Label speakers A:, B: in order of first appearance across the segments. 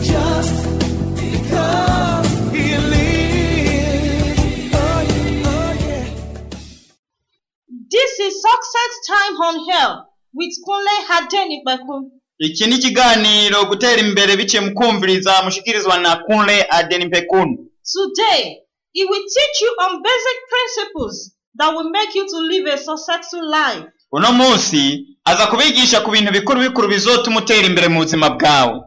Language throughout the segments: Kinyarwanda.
A: Oh,
B: Focused Time on Health with Kunle Adenipekun.
C: iki ni ikiganiro gutera imbere biciye mu kumviriza mushikirizwa na kunle adenipekun
B: Today, it will teach you on basic principles that will make you to live a successful life.
C: uno munsi aza kubigisha ku bintu bikuru bikuru bizotuma utera imbere mu buzima bwawe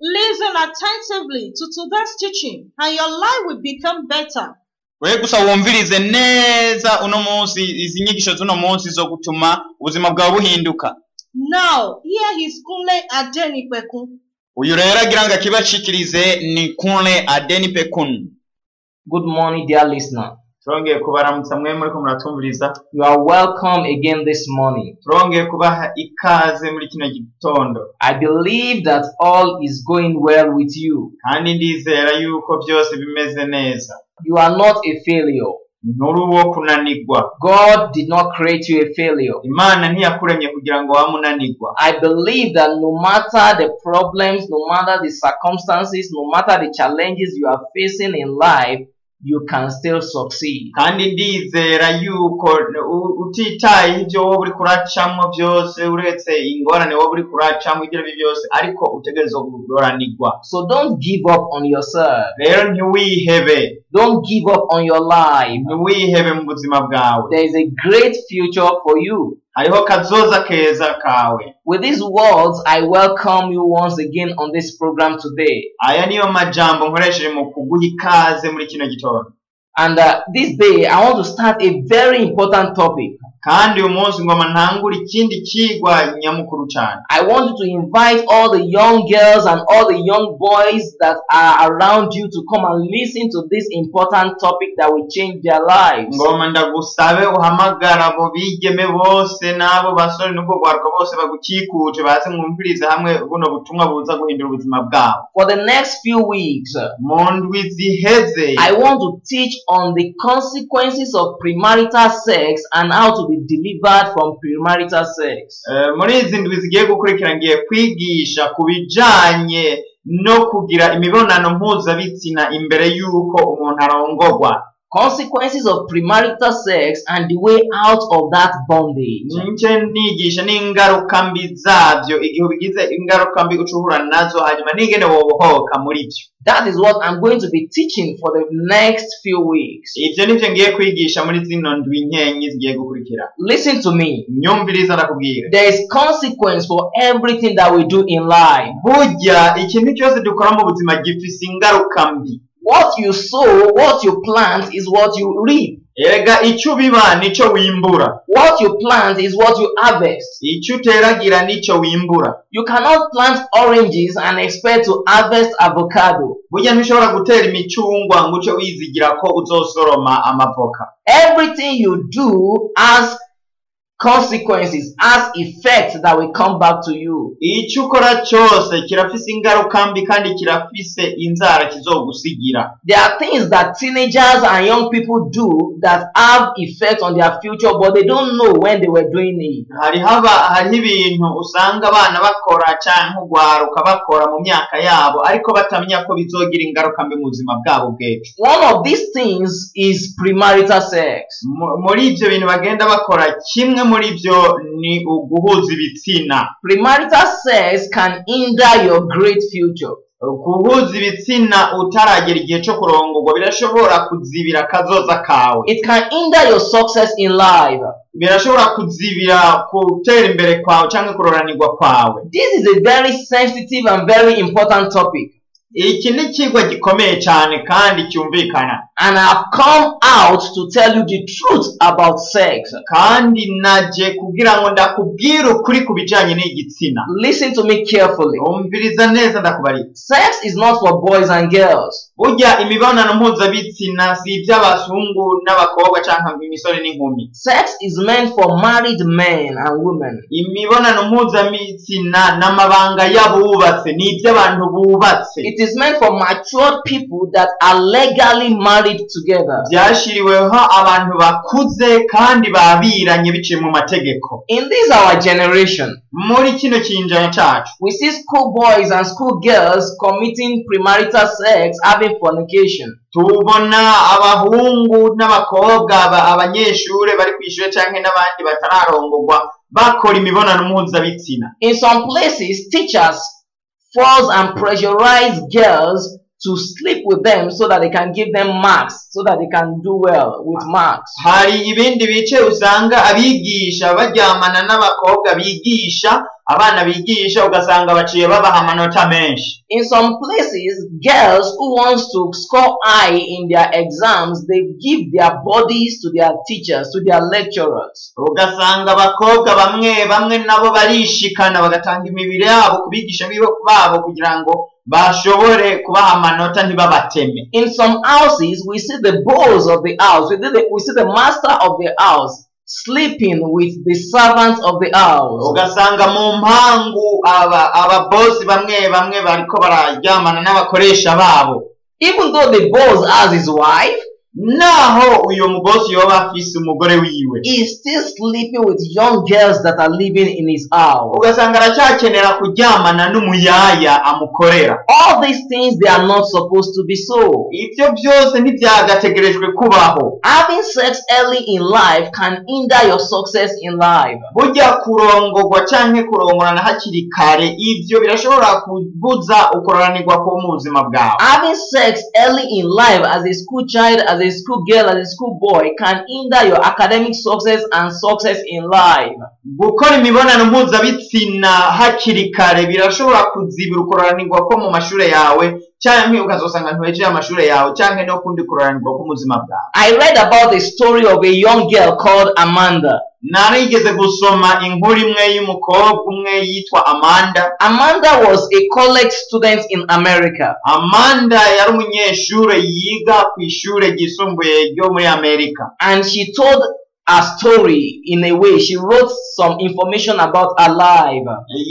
B: Listen attentively to today's teaching and your life will become better.
C: we gusa wumvirize neza uno munsi izi nyigisho z'uno munsi zo gutuma ubuzima bwawe buhinduka
B: Now, here is Kunle Adenipekun.
C: uyu rero agira ngo akibashikirize ni kunle adenipekun
D: Good morning, dear listener.
C: turongeye kubaramutsa mwe muri ko muratumviriza
D: You are welcome again this morning.
C: turongeye kubaha ikaze muri kino gitondo
D: I believe that all is going well with you.
C: kandi ndizera yuko byose bimeze neza
D: You are not a failure.
C: nturi uwo kunanigwa
D: God did not create you a failure.
C: imana ntiyakuremye kugira ngo wabe unanigwa
D: I believe that no matter the problems, no matter the circumstances, no matter the challenges you are facing in life, you can still succeed.
C: kandi ndizera yuko u- utitaye ibyo wowe uri kuracamo byose uretse ingorane wowe uri kuracamo ibyo ari byo byose ariko utegereza guranigwa
D: So don't give up on yourself.
C: rero ntiwihebe
D: Don't give up on your life.
C: ntiwihebe mu buzima bwawe
D: There is a great future for you.
C: hariho kazoza keza kawe
D: With these words, I welcome you once again on this program today.
C: aya niyo majambo nkoresheje mu kuguha ikaze muri kino gitondo
D: And uh, this day, I want to start a very important topic.
C: kandi uyu munsi ngoma ntangura ikindi kigwa nyamukuru cyane
D: I want you to invite all the young girls and all the young boys that are around you to come and listen to this important topic that will change their lives.
C: ngoma ndagusabe uhamagara abo bigeme bose n'abo basore n'ubwo rwaruka bose bagukikuje baze mwumvirize hamwe buno butumwa buza guhindura ubuzima bwabo
D: For the next few weeks, uh,
C: mu ndwi ziheze
D: I want to teach on the consequences of premarital sex and how to be delivered from premarital sex.
C: eh, muri izi ndwi zigiye gukurikira ngiye kwigisha ku bijanye no kugira imibonano mpuzabitsina imbere y'uko umuntu arongogwa
D: consequences of premarital sex and the way out of that bondage.
C: nje nigisha n'ingaruka mbi zabyo igihe ubigize ingaruka mbi uca uhura nazo hanyuma n'ingene wobohoka muri byo
D: That is what I'm going to be teaching for the next few weeks.
C: ibyo ni byo ngiye kwigisha muri zino ndwi nkenyi zigiye gukurikira
D: Listen to me.
C: myumviriza ndakubwira
D: There is consequence for everything that we do in life.
C: burya ikintu cyose dukora mu buzima gifise ingaruka mbi
D: What you sow, what you plant is what you reap.
C: erega icyo ubiba nicyo wimbura
D: What you plant is what you harvest.
C: icyo uteragira nicyo wimbura
D: You cannot plant oranges and expect to harvest avocado.
C: burya ntushobora gutera imicungwa ngo uce wizigira ko uzosoroma amavoka
D: Everything you do has consequences, has effects that will come back to you.
C: icyo ukora cyose kirafise ingaruka mbi kandi kirafise inzara kizogusigira
D: There are things that teenagers and young people do that have effect on their future, but they don't know when they were doing it.
C: hariho aba- hariho ibintu usanga abana bakora cyangwa nk'ugwaruka bakora mu myaka yabo ariko batamenya ko bizogira ingaruka mbi mu buzima bwabo bw'ejo
D: One of these things is premarital sex.
C: Mu- muri ibyo bintu bagenda bakora kimwe muri byo ni uguhuza ibitsina
D: Premarital sex can hinder your great future.
C: guhuza ibitsina utaragera igihe cyo kurongorwa birashobora kuzibira akazoza kawe
D: It can hinder your success in life.
C: birashobora kuzibira gutera imbere kwawe cyangwa kuroranirwa kwawe
D: This is a very sensitive and very important topic.
C: iki ni ikigwa gikomeye cyane kandi cyumvikana
D: And I've come out to tell you the truth about sex.
C: kandi naje kugira ngo ndakubwire ukuri ku bijyanye n'igitsina
D: Listen to me carefully.
C: umviriza neza ndakubarira
D: Sex is not for boys and girls.
C: burya imibonano mpuzabitsina si iby'abazungu n'abakobwa cyangwa imisore n'inkumi
D: Sex is meant for married men and women.
C: imibonano mpuzabitsina n'amabanga y'abubatse ni iby'abantu bubatse
D: It It is meant for matured people that are legally married together.
C: byashyiriweho abantu bakuze kandi babiranye biciye mu mategeko
D: In this our generation,
C: muri kino kinjana cyacu
D: we see schoolboys and schoolgirls committing premarital sex, having fornication.
C: tubona abahungu n'abakobwa ba- abanyeshuri bari ku ishuri cyangwa n'abandi batararongorwa bakora imibonano mpuzabitsina
D: In some places, teachers force and pressurize girls to sleep with them so that they can give them marks, so that they can do well with marks.
C: hari ibindi bice usanga abigisha baryamana n'abakobwa bigisha abana bigisha ugasanga baciye babaha amanota menshi
D: In some places, girls who want to score high in their exams, they give their bodies to their teachers, to their lecturers.
C: ugasanga abakobwa bamwe bamwe nabo barishikana bagatanga imibiri yabo ku bigisha bibo- babo kugira ngo bashobore kubaha amanota ntibabateme
D: In some houses, we see the boss of the house, we see the, we see the master of the house sleeping with the servants of the house.
C: ugasanga mu mpangu aba ababosi bamwe bamwe bariko bararyamana n'abakoresha babo
D: Even though the boss has his wife,
C: naho uyo mubosi yoba afise umugore wiwe
D: he's still sleeping with young girls that are living in his house.
C: ugasanga aracyakenera kuryamana n'umuyaya amukorera
D: All these things, they are not supposed to be so.
C: ibyo byose ntibyagategerejwe kubaho
D: Having sex early in life can hinder your success in life.
C: burya kurongogwa canke kurongorana hakiri kare ibyo birashobora kubuza ukororanirwa ko mu buzima bwawe
D: Having sex early in life as a school child, as a school girl, as a school boy can hinder your academic success and success in life.
C: gukora imibonano mpuzabitsina hakiri kare birashobora kuzibira ukororanirwa ko mu mashure yawe canke ukazosanga ntuhejeje amashure yawe canke no kundi kororanirwa ko mu buzima bwawe
D: I read about the story of a young girl called Amanda.
C: narigeze gusoma inkuru imwe y'umukobwa umwe yitwa amanda
D: Amanda was a college student in America.
C: amanda yari umunyeshure yiga ku ishure ryisumbuye ryo muri amerika
D: and she told her story in a way. She wrote some information about her life.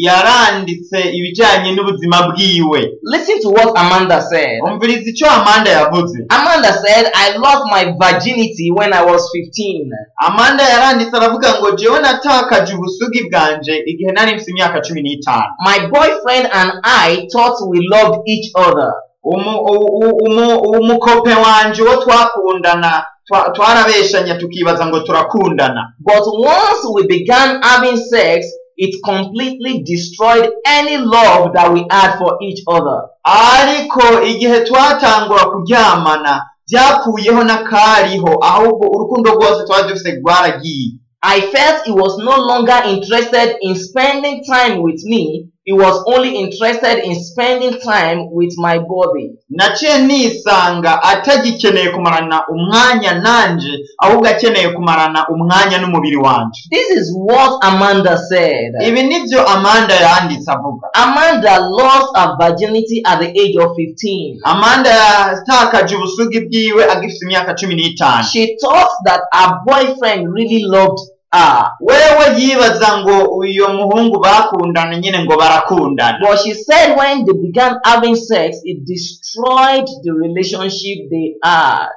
C: yaranditse ibijyanye n'ubuzima bwiwe
D: Listen to what Amanda said.
C: umviriza icyo amanda yavuze
D: Amanda said, I lost my virginity when I was 15.
C: amanda yaranditse aravuga ngo jewe natakaje ubusugi bwanje igihe nari mfite imyaka cumi n'itanu
D: My boyfriend and I thought we loved each other.
C: Umu- u- u- umu- umukope wanje uwo twakundana twa- twarabeshanya tukibaza ngo turakundana
D: But once we began having sex, it completely destroyed any love that we had for each other.
C: ariko igihe twatangura kuryamana byakuyeho n'akariho ahubwo urukundo rwose twari dufite rwaragiye
D: I felt he was no longer interested in spending time with me. He was only interested in spending time with my body.
C: naciye nisanga atagikeneye kumarana umwanya nanje ahubwo akeneye kumarana umwanya n'umubiri wanje
D: This is what Amanda said.
C: ibi nibyo amanda yanditse avuga
D: Amanda lost her virginity at the age of 15.
C: amanda yatakaje ubusugi bwiwe agifite imyaka cumi n'itanu
D: She thought that her boyfriend really loved her,
C: wewe yibaza ngo uyu muhungu bakundana nyine ngo barakundana
D: but she said when they began having sex, it destroyed the relationship they had.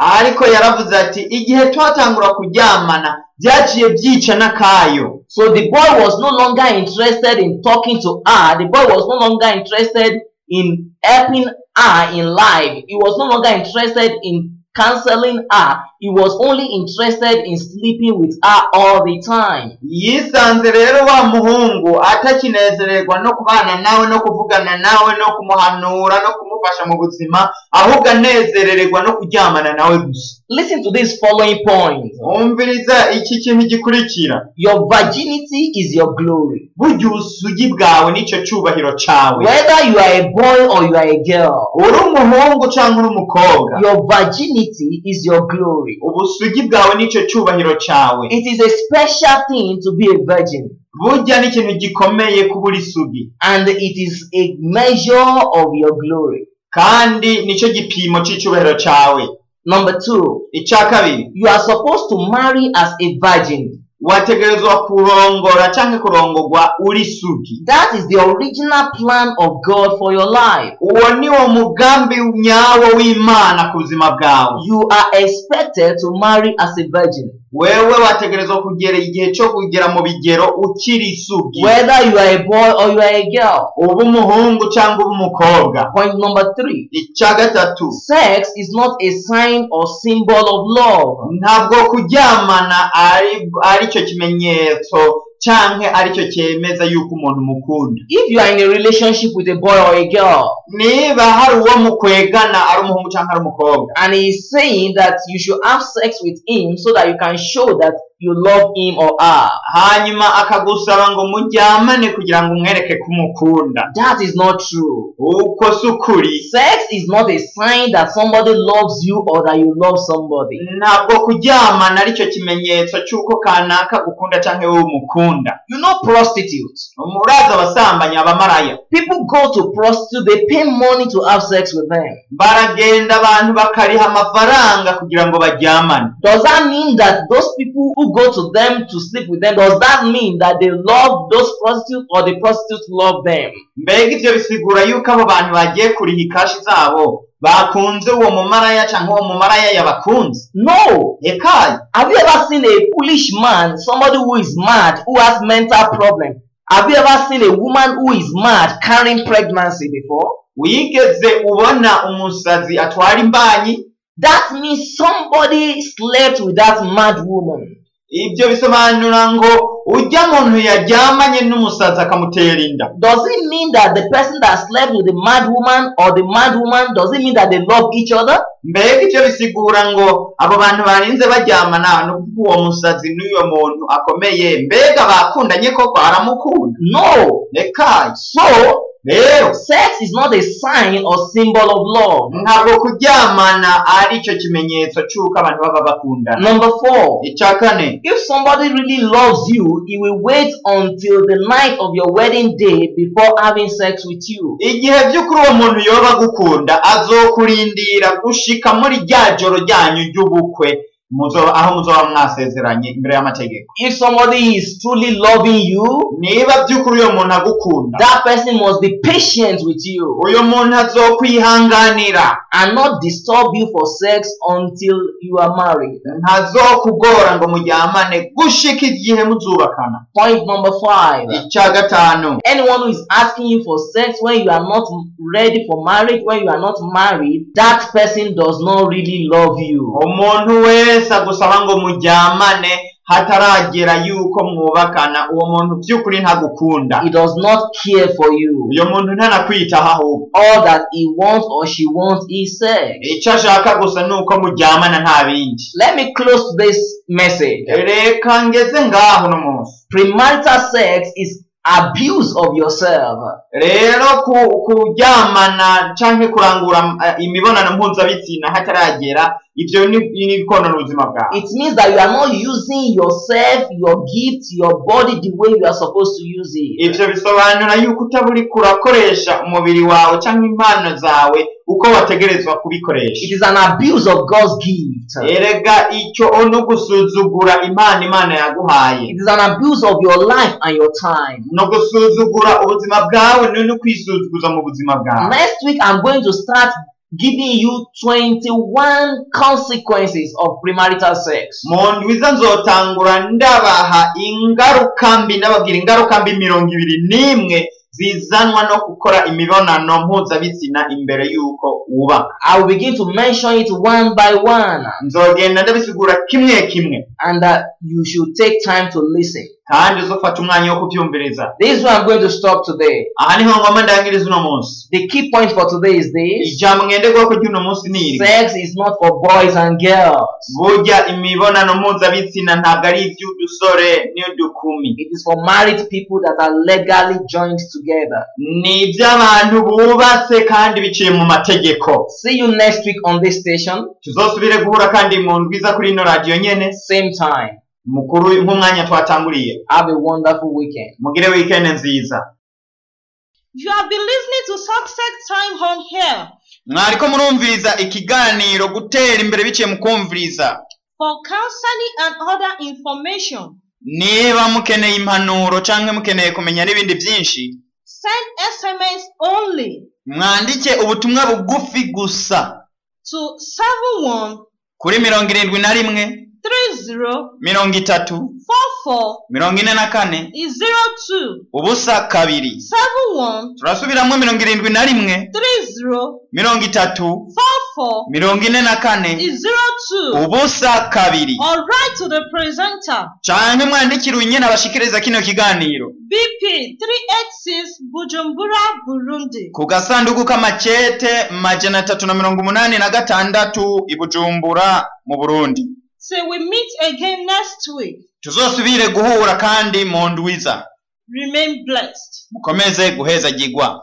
C: ariko yaravuze ati igihe twatangura kuryamana byaciye byica n'akayo
D: So the boy was no longer interested in talking to her. The boy was no longer interested in helping her in life. He was no longer interested in counseling her. He was only interested in sleeping with her all the time.
C: yisanze rero wa muhungu atakinezererwa no kubana nawe no kuvugana nawe no kumuhanura no kumufasha mu buzima ahubwo anezerererwa no kuryamana nawe gusa
D: Listen to this following point.
C: wumviriza iki kintu gikurikira
D: Your virginity is your glory.
C: burya ubusugi bwawe nicyo cyubahiro cyawe
D: Whether you are a boy or you are a girl,
C: uri umuhungu cyangwa uri umukobwa
D: your virginity is your glory.
C: ubusugi bwawe nicyo cyubahiro cyawe
D: It is a special thing to be a virgin.
C: burya ni ikintu gikomeye kubura isugi
D: and it is a measure of your glory.
C: kandi nicyo gipimo cy'icyubahiro cyawe
D: Number two,
C: icya kabiri
D: you are supposed to marry as a virgin.
C: wategerezwa kurongora canke kurongogwa uri sugi
D: That is the original plan of God for your life.
C: uwo niwo mugambi nyawo w'imana ku buzima bwawe
D: You are expected to marry as a virgin,
C: wewe wategerezwa kugera igihe cyo kugera mu bigero ukiri sugi
D: whether you are a boy or you are a girl.
C: uba umuhungu cyangwa uba umukobwa
D: Point number three
C: icya gatatu
D: sex is not a sign or symbol of love,
C: ntabwo kuryamana ari ari cyo kimenyetso canke aricyo cyemeza yuko umuntu mukunda
D: if you are in a relationship with a boy or a girl
C: niba hari uwo mukwegana ari umuhungu cyangwa ari umukobwa
D: and he is saying that you should have sex with him so that you can show that you love him or her
C: hanyuma akagusaba ngo muryamane kugira ngo umwereke ko umukunda
D: that is not true
C: uko si ukuri
D: sex is not a sign that somebody loves you or that you love somebody
C: ntabwo kuryamana aricyo kimenyetso cy'uko kanaka gukunda cyangwa wowe umukunda
D: you know prostitutes
C: murazi abasambanyi abamaraya
D: people go to prostitute they pay money to have sex with them
C: baragenda abantu bakariha amafaranga kugira ngo baryamane
D: does that mean that those people who go to them to sleep with them does that mean that they love those prostitutes or the prostitutes love them
C: mbega ibyo bisigura yuko abo bantu bagiye kuriha ikashi zabo bakunze uwo mumaraya cyangwa uwo mumaraya yabakunze
D: no
C: ekaye
D: Have you ever seen a foolish man, somebody who is mad, who has mental problem? Have you ever seen a woman who is mad carrying pregnancy before?
C: wigeze ubona umusazi atwara imbanyi
D: That means somebody slept with that mad woman.
C: ibyo bisobanura ngo ujya muntu yaryamanye n'umusazi akamutera inda
D: Does it mean that the person that slept with the mad woman or the mad woman does it mean that they love each other?
C: mbega icyo bisigura ngo abo bantu barinze baryamana ni ukuvuga uwo musazi n'uyo muntu akomeye mbega bakundanye koko aramukunda
D: No.
C: ekaye
D: So
C: rero
D: sex is not a sign or symbol of love.
C: ntabwo kuryamana ari cyo kimenyetso cy'uko abantu baba bakundana
D: Number four.
C: icya kane
D: If somebody really loves you, he will wait until the night of your wedding day before having sex with you.
C: igihe by'ukuri uwo muntu yoba agukunda azokurindira gushika muri rya joro ryanyu ry'ubukwe muzo- aho muzoba mwasezeranye imbere y'amategeko
D: If somebody is truly loving you,
C: niba by'ukuri uyo muntu agukunda
D: that person must be patient with you
C: uyu muntu azokwihanganira
D: and not disturb you for sex until you are married.
C: ntazokugora ngo muryamane gushika igihe muzubakana
D: Point number five.
C: icya gatanu
D: Anyone who is asking you for sex when you are not ready for marriage, when you are not married, that person does not really love you.
C: umuntu wese agusaba ngo muryamane hataragera yuko mwubakana uwo muntu by'ukuri ntagukunda
D: He does not care for you.
C: uyu muntu ntanakwitaho ahubwo
D: All that he wants or she wants is sex.
C: icyo ashaka gusa ni uko muryamana nta bindi
D: Let me close this message.
C: reka ngeze ngaho uno munsi
D: Premarital sex is abuse of yourself.
C: rero ku- kuryamana cyangwa kurangura eh, imibonano mpuzabitsina hataragera ibyo ni ni konona ubuzima bwawe
D: It means that you are not using yourself, your gift, your body the way you are supposed to use it.
C: ibyo bisobanura yuko utaba uri kurakoresha umubiri wawe cyangwa impano zawe uko wategerezwa kubikoresha
D: It is an abuse of God's gift.
C: erega icyo ni ugusuzugura impano imana yaguhaye
D: It is an abuse of your life and your time.
C: no gusuzugura ubuzima bwawe ni no kwisuzuguza mu buzima bwawe
D: Next week, I'm going to start giving you 21 consequences of premarital sex.
C: mu ndwiza nzotangura ndabaha ingaruka mbi ndababwira ingaruka mbi mirongo ibiri n'imwe zizanwa no gukora imibonano mpuzabitsina imbere y'uko wubaka
D: I will begin to mention it one by one,
C: nzogenda ndabisigura kimwe kimwe
D: and that you should take time to listen.
C: kandi uzofata umwanya wo kubyumviriza
D: This is where I'm going to stop today.
C: aha niho ngoma ndangiriza uno munsi
D: The key point for today is this
C: ijambo ngendegwako ry'uno munsi ni iri
D: sex is not for boys and girls,
C: burya imibonano mpuzabitsina ntabwo ari iby'udusore n'udukumi
D: it is for married people that are legally joined together.
C: ni iby'abantu bubatse kandi biciye mu mategeko
D: See you next week on this station,
C: tuzosubire guhura kandi mu ndwiza kuri ino radiyo nyene
D: same time.
C: mukuru nk'umwanya twatanguriye
D: Have a wonderful weekend.
C: mugire weekend nziza
B: You have been listening to Success Time on here.
C: mwariko murumviriza ikiganiro gutera imbere biciye mu kumviriza
B: For counseling and other information,
C: niba mukeneye impanuro cyangwa mukeneye kumenya n'ibindi byinshi
B: Send SMS only
C: mwandike ubutumwa bugufi gusa
B: to 71
C: kuri mirongo irindwi na rimwe
B: 30
C: mirongo itatu
B: 44
C: mirongo ine na kane
B: 02
C: ubusa kabiri
B: 71
C: turasubiramo mirongo irindwi na rimwe
B: 30
C: mirongo itatu
B: 44
C: mirongo ine na kane
B: 02
C: ubusa kabiri
B: or write to the presenter
C: cyangwa mwandikire unyine abashikiriza kino kiganiro
B: BP 386 Bujumbura Burundi
C: ku gasanduku k'amakete majana atatu na mirongo umunani na gatandatu i Bujumbura mu Burundi
B: Say we meet again next week
C: tuzosubire guhura kandi mu ndwiza
B: remain blessed
C: mukomeze guhezagirwa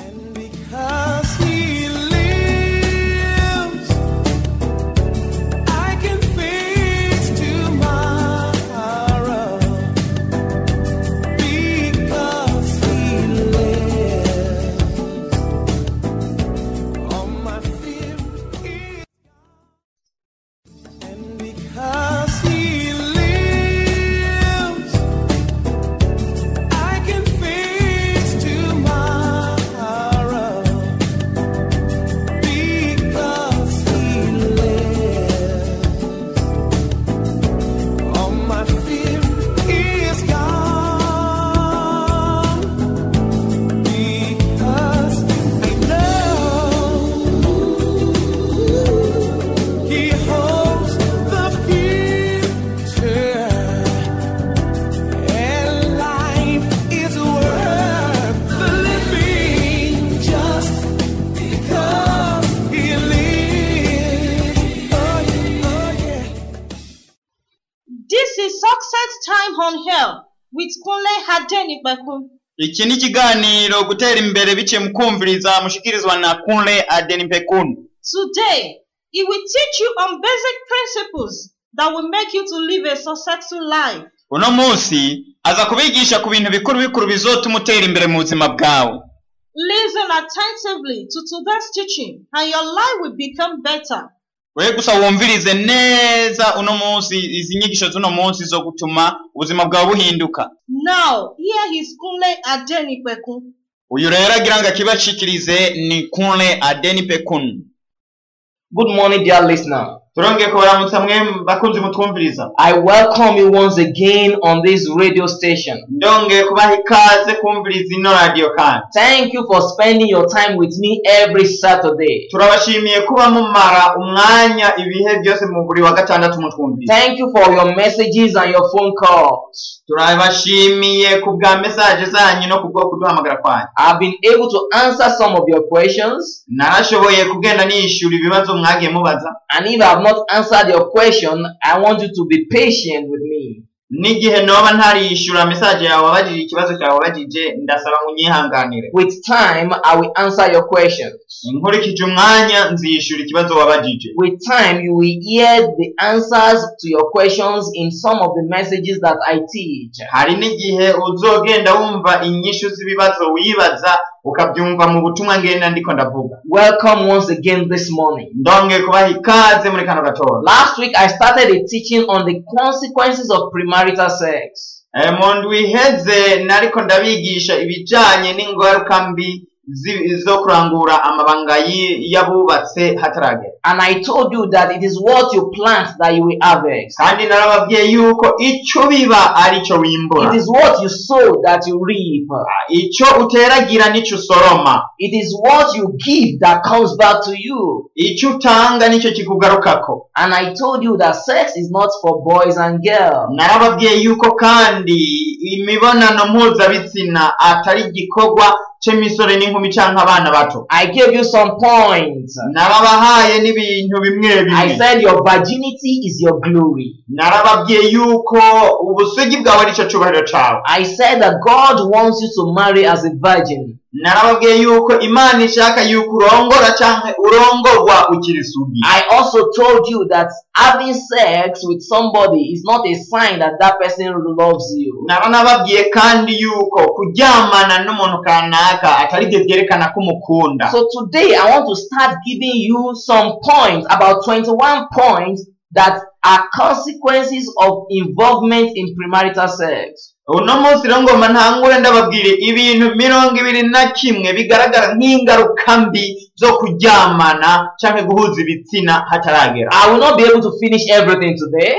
A: And because he lives, I can face tomorrow. Because he lives, all my fear is gone. And because he lives. I can face tomorrow because he lives. All my fear is gone because I know he holds the future. And life is worth the living just because he lives. Oh, yeah.
B: This is Success Time on Hell with Kunle Hadeni Bakun.
C: iki ni ikiganiro gutera imbere biciye mu kumviriza mushikirizwa na Kunle Aden Pekun
B: Today, it will teach you on basic principles that will make you to live a successful life.
C: uno munsi aza kubigisha ku bintu bikuru bikuru bizotuma utera imbere mu buzima bwawe
B: Listen attentively to today's teaching and your life will become better.
C: we gusa wumvirize neza uno munsi izi nyigisho z'uno munsi zo gutuma ubuzima bwawe buhinduka
B: Now, here is Kunle Adeni Bekun.
C: uyu rero agira ngo akibashikirize ni Kunle Aden Pekun
D: Good morning, dear listener.
C: turongeye kubaramutsa mwe bakunzi mutwumviriza
D: I welcome you once again on this radio station.
C: ndongeye kubaha ikaze kumviriza ino radiyo kandi
D: Thank you for spending your time with me every Saturday.
C: turabashimiye kuba mumara umwanya ibihe byose mu buri wa gatandatu mutwumviriza
D: Thank you for your messages and your phone calls.
C: turabashimiye ku bwa mesaje zanyu no ku bwo kuduhamagara kwanyu
D: I've been able to answer some of your questions,
C: narashoboye kugenda niyishyura ibibazo mwagiye mubaza
D: and if I have not answered your question, I want you to be patient with me.
C: n'igihe noba ntariyishyura mesaje yawe wabajije ikibazo cyawe wabajije ndasaba munyihanganire
D: With time, I will answer your questions.
C: nkurikije umwanya nziyishyura ikibazo wabajije
D: With time, you will hear the answers to your questions in some of the messages that I teach.
C: hari n'igihe uzogenda wumva inyishu z'ibibazo wibaza ukabyumva mu butumwa ngenda ndiko ndavuga
D: Welcome once again this morning.
C: ndongeye kubaha ikaze muri kano gatondo
D: Last week, I started a teaching on the consequences of premarital sex.
C: Eh, mu ndwi iheze nariko ndabigisha ibijanye n'ingaruka mbi zi- zo kurangura amabanga yi- y'abubatse hataragera
D: And I told you that it is what you plant that you will harvest.
C: kandi narababwiye yuko ico biba arico wimbura
D: It is what you sow that you reap.
C: ico uteragira nico usoroma
D: It is what you give that comes back to you.
C: ico utanga nico kikugarukako
D: And I told you that sex is not for boys and girls.
C: narababwiye yuko kandi imibonano mpuzabitsina atari igikorwa c'emisore n'inkumi canke abana bato
D: I gave you some points.
C: narabahaye n'ibintu bimwe
D: I
C: bimwe
D: said your virginity is your glory.
C: narababwiye yuko ubusugi bwawe nicyo cyubahiro cyawe
D: I said that God wants you to marry as a virgin.
C: narababwiye yuko imana ishaka yuko urongora cyangwa urongorwa ukiri sugi
D: I also told you that having sex with somebody is not a sign that that person loves you.
C: naranababwiye kandi yuko kuryamana n'umuntu kanaka atari byo byerekana ko umukunda
D: So today I want to start giving you some points, about 21 points that are consequences of involvement in premarital sex.
C: uno munsi rero ngoma ntangure ndababwire ibintu mirongo ibiri na kimwe bigaragara nk'ingaruka mbi zo kuryamana cyangwa guhuza ibitsina hataragera
D: I will not be able to finish everything today,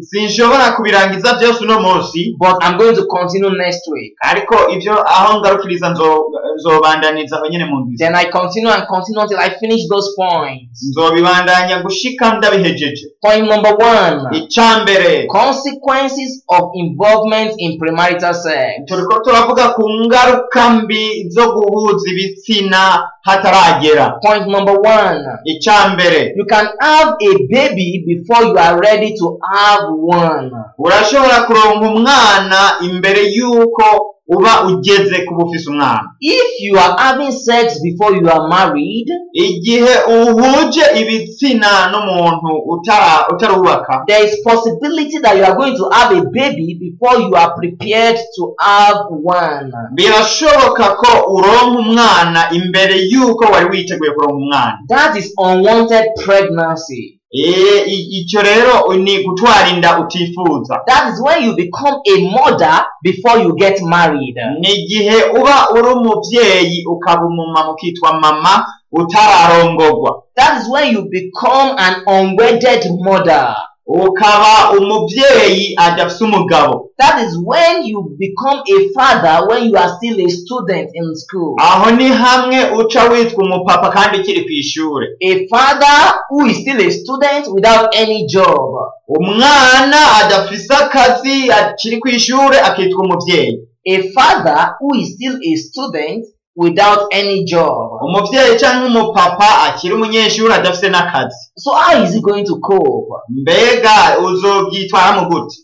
C: sinshobora kubirangiza byose uno munsi
D: but I'm going to continue next week.
C: ariko ibyo aho ngarukiriza nzo- nzobandaniza aho nyine mu nzira
D: Then I continue and continue until I finish those points.
C: nzobibandanya gushika ndabihejeje
D: Point number one
C: icya mbere
D: consequences of involvement in premarital sex.
C: turiko turavuga ku ngaruka mbi zo guhuza ibitsina hataragera
D: Point number one
C: icya mbere
D: you can have a baby before you are ready to have one.
C: urashobora kuronka umwana imbere y'uko uba ugeze kuba ufise umwana
D: If you are having sex before you are married,
C: igihe uhuje ibitsina n'umuntu utara- utarubaka
D: there is possibility that you are going to have a baby before you are prepared to have one.
C: birashoboka ko uronka umwana imbere y'uko wari witeguye kuronka umwana
D: That is unwanted pregnancy.
C: Eh, i- icyo rero ni gutwara inda utifuza
D: That is when you become a mother before you get married.
C: ni igihe uba uri umubyeyi ukaba umumama ukitwa mama utararongogwa
D: That is when you become an unwedded mother.
C: ukaba umubyeyi adafise umugabo
D: That is when you become a father when you are still a student in school.
C: aho ni hamwe uca witwa umupapa kandi ukiri ku ishuri
D: A father who is still a student without any job.
C: umwana adafise akazi akiri ku ishuri akitwa umubyeyi
D: A father who is still a student without any job.
C: umubyeyi cyangwa umupapa akiri umunyeshuri adafise n'akazi
D: So how is he going to cope?
C: mbega uzobyitwaramo gute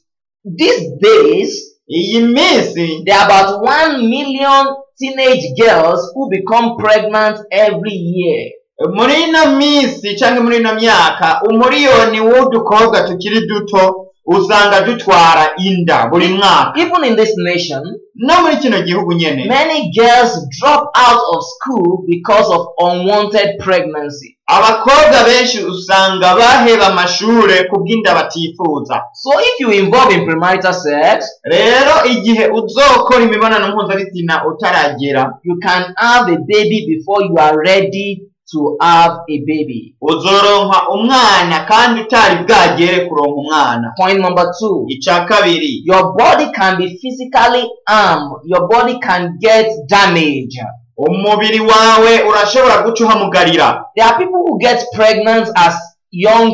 D: These days,
C: iyi minsi
D: there are about 1 million teenage girls who become pregnant every year.
C: muri ino minsi cyangwa muri ino myaka umuriyoni w'udukobwa tukiri duto usanga dutwara inda buri mwaka
D: Even in this nation,
C: no muri kino gihugu nyene
D: many girls drop out of school because of unwanted pregnancy.
C: abakobwa benshi usanga baheba amashure kubw'inda batifuza
D: So if you involve in premarital sex,
C: rero igihe uzokora imibonano mpuzabitsina utaragera
D: you can have a baby before you are ready to have a baby.
C: uzoronka umwana kandi utari bwagere kuronka umwana
D: Point number two.
C: ica kabiri
D: Your body can be physically harmed. Your body can get damage.
C: umubiri wawe urashobora guca uhamugarira
D: There are people who get pregnant as young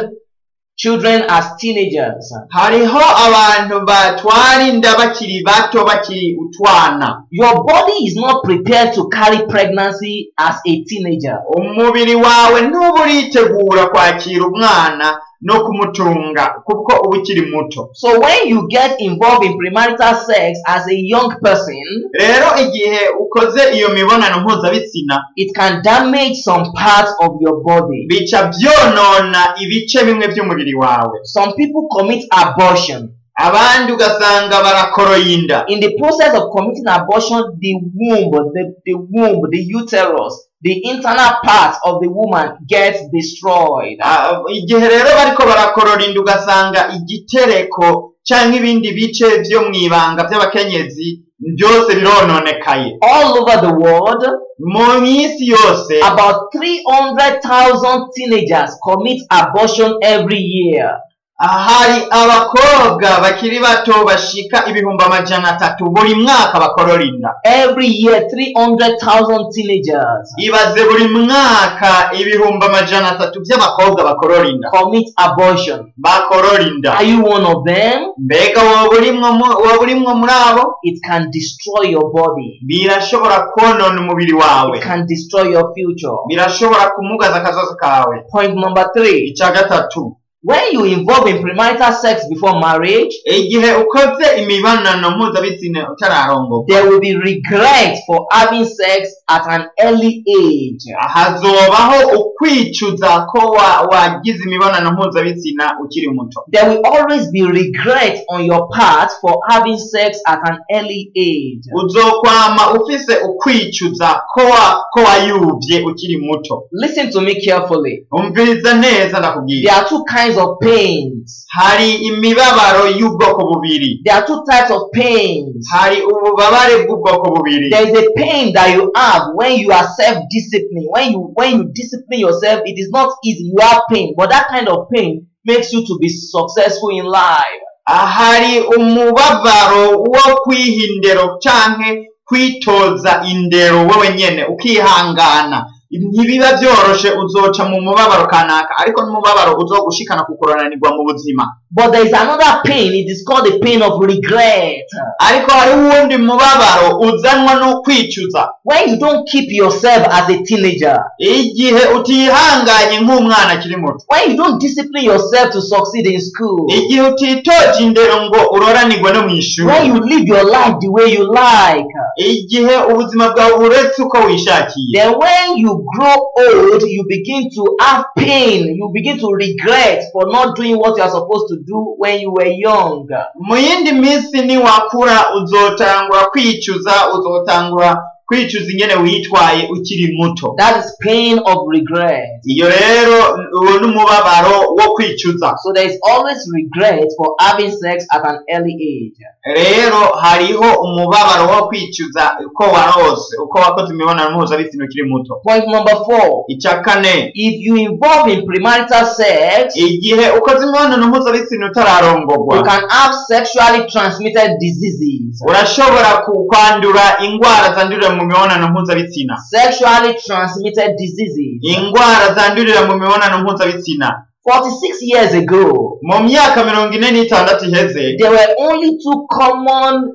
D: children, as teenagers.
C: hariho abantu batwara inda bakiri bato bakiri utwana
D: Your body is not prepared to carry pregnancy as a teenager.
C: umubiri wawe ntuba uritegura kwakira umwana no kumutunga kuko uba ukiri muto
D: So when you get involved in premarital sex as a young person,
C: rero igihe ukoze iyo mibonano mpuzabitsina
D: it can damage some parts of your body.
C: bica byonona ibice bimwe by'umubiri wawe
D: Some people commit abortion.
C: abandi ugasanga barakoroye inda
D: in the process of committing abortion, the womb, the, the womb, the uterus, the internal part of the woman gets destroyed.
C: Ah, igihe rero bariko barakorora inda ugasanga igitereko cyangwa ibindi bice byo mu ibanga by'abakenyezi byose birononekaye
D: All over the world,
C: mu minsi yose
D: about 300,000 teenagers commit abortion every year.
C: hari abakobwa bakiri bato bashika ibihumbi amajana atatu buri mwaka bakorora inda
D: Every year, 300,000 teenagers
C: ibaze buri mwaka ibihumbi amajana atatu by'abakobwa bakorora inda
D: commit abortion.
C: bakorora inda
D: Are you one of them?
C: mbega woba urimwo mu- woba urimwo muri abo
D: It can destroy your body.
C: birashobora konona umubiri wawe
D: It can destroy your future.
C: birashobora kumugaza akazaza kawe
D: Point number three.
C: icya gatatu
D: When you involve in premarital sex before marriage,
C: igihe ukoze imibonano mpuzabitsina utararongoka
D: there will be regret for having sex at an early age.
C: hazobaho ukwicuza ko wa- wagize imibonano mpuzabitsina ukiri muto
D: There will always be regret on your part for having sex at an early age.
C: uzokwama ufise ukwicuza ko wa- ko wayubye ukiri muto
D: Listen to me carefully.
C: umviriza neza ndakubwira
D: There are two kinds kinds of pains.
C: hari imibabaro y'ubwoko bubiri
D: There are two types of pains.
C: hari ububabare bw'ubwoko bubiri
D: There is a pain that you have when you are self-disciplined. When you when you discipline yourself, it is not easy. You have pain, but that kind of pain makes you to be successful in life.
C: hari umubabaro wo kwihindero canke kwitoza indero wowe nyene ukihangana ntibiba byoroshe uzoca mu mubabaro kanaka ariko n'umubabaro uzogushikana kukurananirwa mu buzima
D: But there is another pain. It is called the pain of regret.
C: ariko hariho uwundi mubabaro uzanwa no kwicuza
D: When you don't keep yourself as a teenager,
C: igihe utihanganye nk'umwana akiri muto
D: when you don't discipline yourself to succeed in school,
C: igihe utitoje indero ngo uroranirwe no mu
D: when
C: ishuri
D: you live your life the way you like,
C: igihe ubuzima bwawe buretse uko wishakiye
D: then when you grow old, you begin to have pain. You begin to regret for not doing what you are supposed to do when you were young.
C: mu yindi minsi niwakura uzotangura kwicuza uzotangura kwicuza ingene witwaye ukiri muto
D: That is pain of regret.
C: iyo rero uwo ni umubabaro wo kwicuza
D: So there is always regret for having sex at an early age.
C: rero hariho umubabaro wo kwicuza uko warose uko wakoze imibonano mpuzabitsina ukiri muto
D: Point number four.
C: icya kane
D: If you involve in premarital sex,
C: igihe ukoze imibonano mpuzabitsina utararongogwa
D: you can have sexually transmitted diseases.
C: urashobora ku- kwandura indwara zandurira mu mibonano mpuzabitsina
D: Sexually transmitted diseases.
C: indwara zandurira mu mibonano mpuzabitsina
D: 46 years ago,
C: mu myaka mirongo ine n'itandatu iheze
D: there were only two common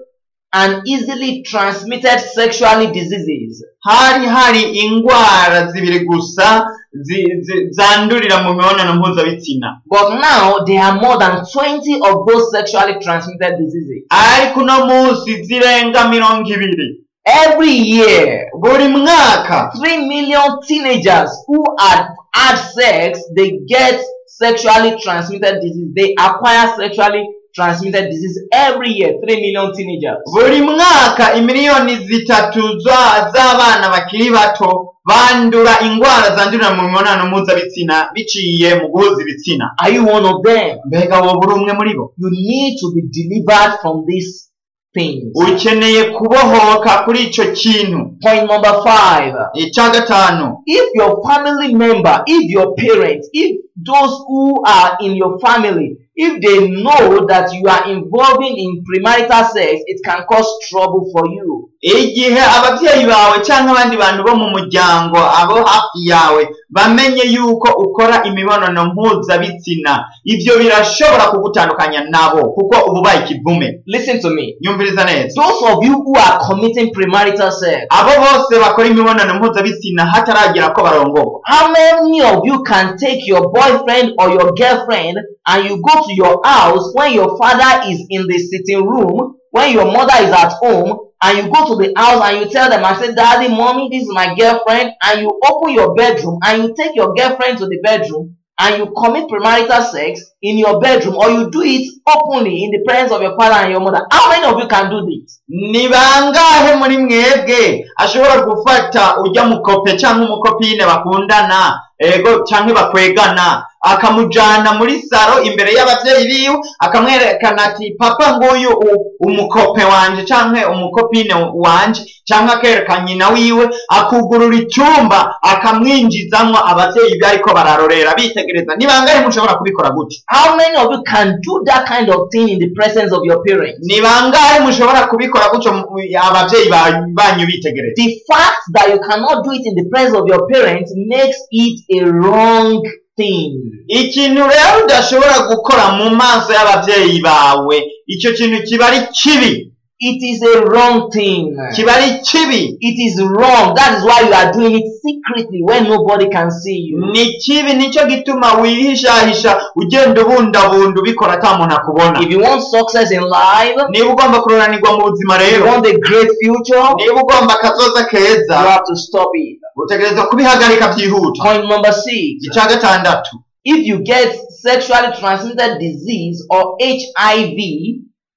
D: and easily transmitted sexually diseases.
C: hari hari indwara zibiri gusa zi- zi- zandurira mu mibonano mpuzabitsina
D: But now there are more than 20 of those sexually transmitted diseases.
C: ariko uno munsi zirenga mirongo ibiri
D: Every year,
C: buri mwaka
D: 3 million teenagers who had had sex, they get sexually transmitted disease. They acquire sexually transmitted disease every year. 3 million teenagers.
C: buri mwaka imiliyoni zitatu za- z'abana bakiri bato bandura indwara zandurira mu mibonano mpuzabitsina biciye mu guhuza ibitsina
D: Are you one of them?
C: mbega wowe uri umwe muri bo
D: You need to be delivered from these things.
C: ukeneye kubohoka kuri icyo kintu
D: Point number five.
C: icya gatanu
D: If your family member, if your parents, if those who are in your family, if they know that you are involving in premarital sex, it can cause trouble for you.
C: igihe ababyeyi bawe cyangwa abandi bantu bo mu muryango abo hafi yawe bamenye yuko ukora imibonano mpuzabitsina ibyo birashobora kugutandukanya nabo kuko uba ubaye ikivume
D: Listen to me.
C: yumviriza neza
D: Those of you who are committing premarital sex,
C: abo bose bakora imibonano mpuzabitsina hataragera ko barongoka
D: how many of you can take your boyfriend or your girlfriend and you go to your house when your father is in the sitting room, when your mother is at home, and you go to the house and you tell them, I say, Daddy, mommy, this is my girlfriend, and you open your bedroom and you take your girlfriend to the bedroom and you commit premarital sex in your bedroom or you do it openly in the presence of your father and your mother. How many of you can do this?
C: ni bangahe muri mwebwe ashobora gufata ujya mukope cyangwa umukopine bakundana ego cyangwa bakwegana akamujana muri saro imbere y'ababyeyi biwe akamwerekana ati papa nguyu u- umukope wanje cyangwa umukopine wanje cyangwa akereka nyina wiwe akugurura icyumba akamwinjizamo ababyeyi be ariko bararorera bitegereza ni bangahe mushobora kubikora gutya
D: How many of you can do that kind of thing in the presence of your parents?
C: ni bangahe mushobora kubikora gutyo mu- ababyeyi ba- banyu bitegereza
D: the fact that you cannot do it in the presence of your parents makes it a wrong thing.
C: ikintu rero udashobora gukora mu maso y'ababyeyi bawe icyo kintu kiba ari kibi
D: It is a wrong thing.
C: kiba ari kibi
D: It is wrong. That is why you are doing it secretly when nobody can see you.
C: ni kibi nicyo gituma wihishahisha ugenda ubundabunda ubikora ata muntu akubona
D: If you want success in life,
C: niba ugomba kururanirwa mu buzima
D: if you
C: rero
D: want a great future,
C: niba ugomba akazoza keza
D: you have to stop it.
C: utegereza kubihagarika byihuta
D: Point number six.
C: icya gatandatu
D: If you get sexually transmitted disease or HIV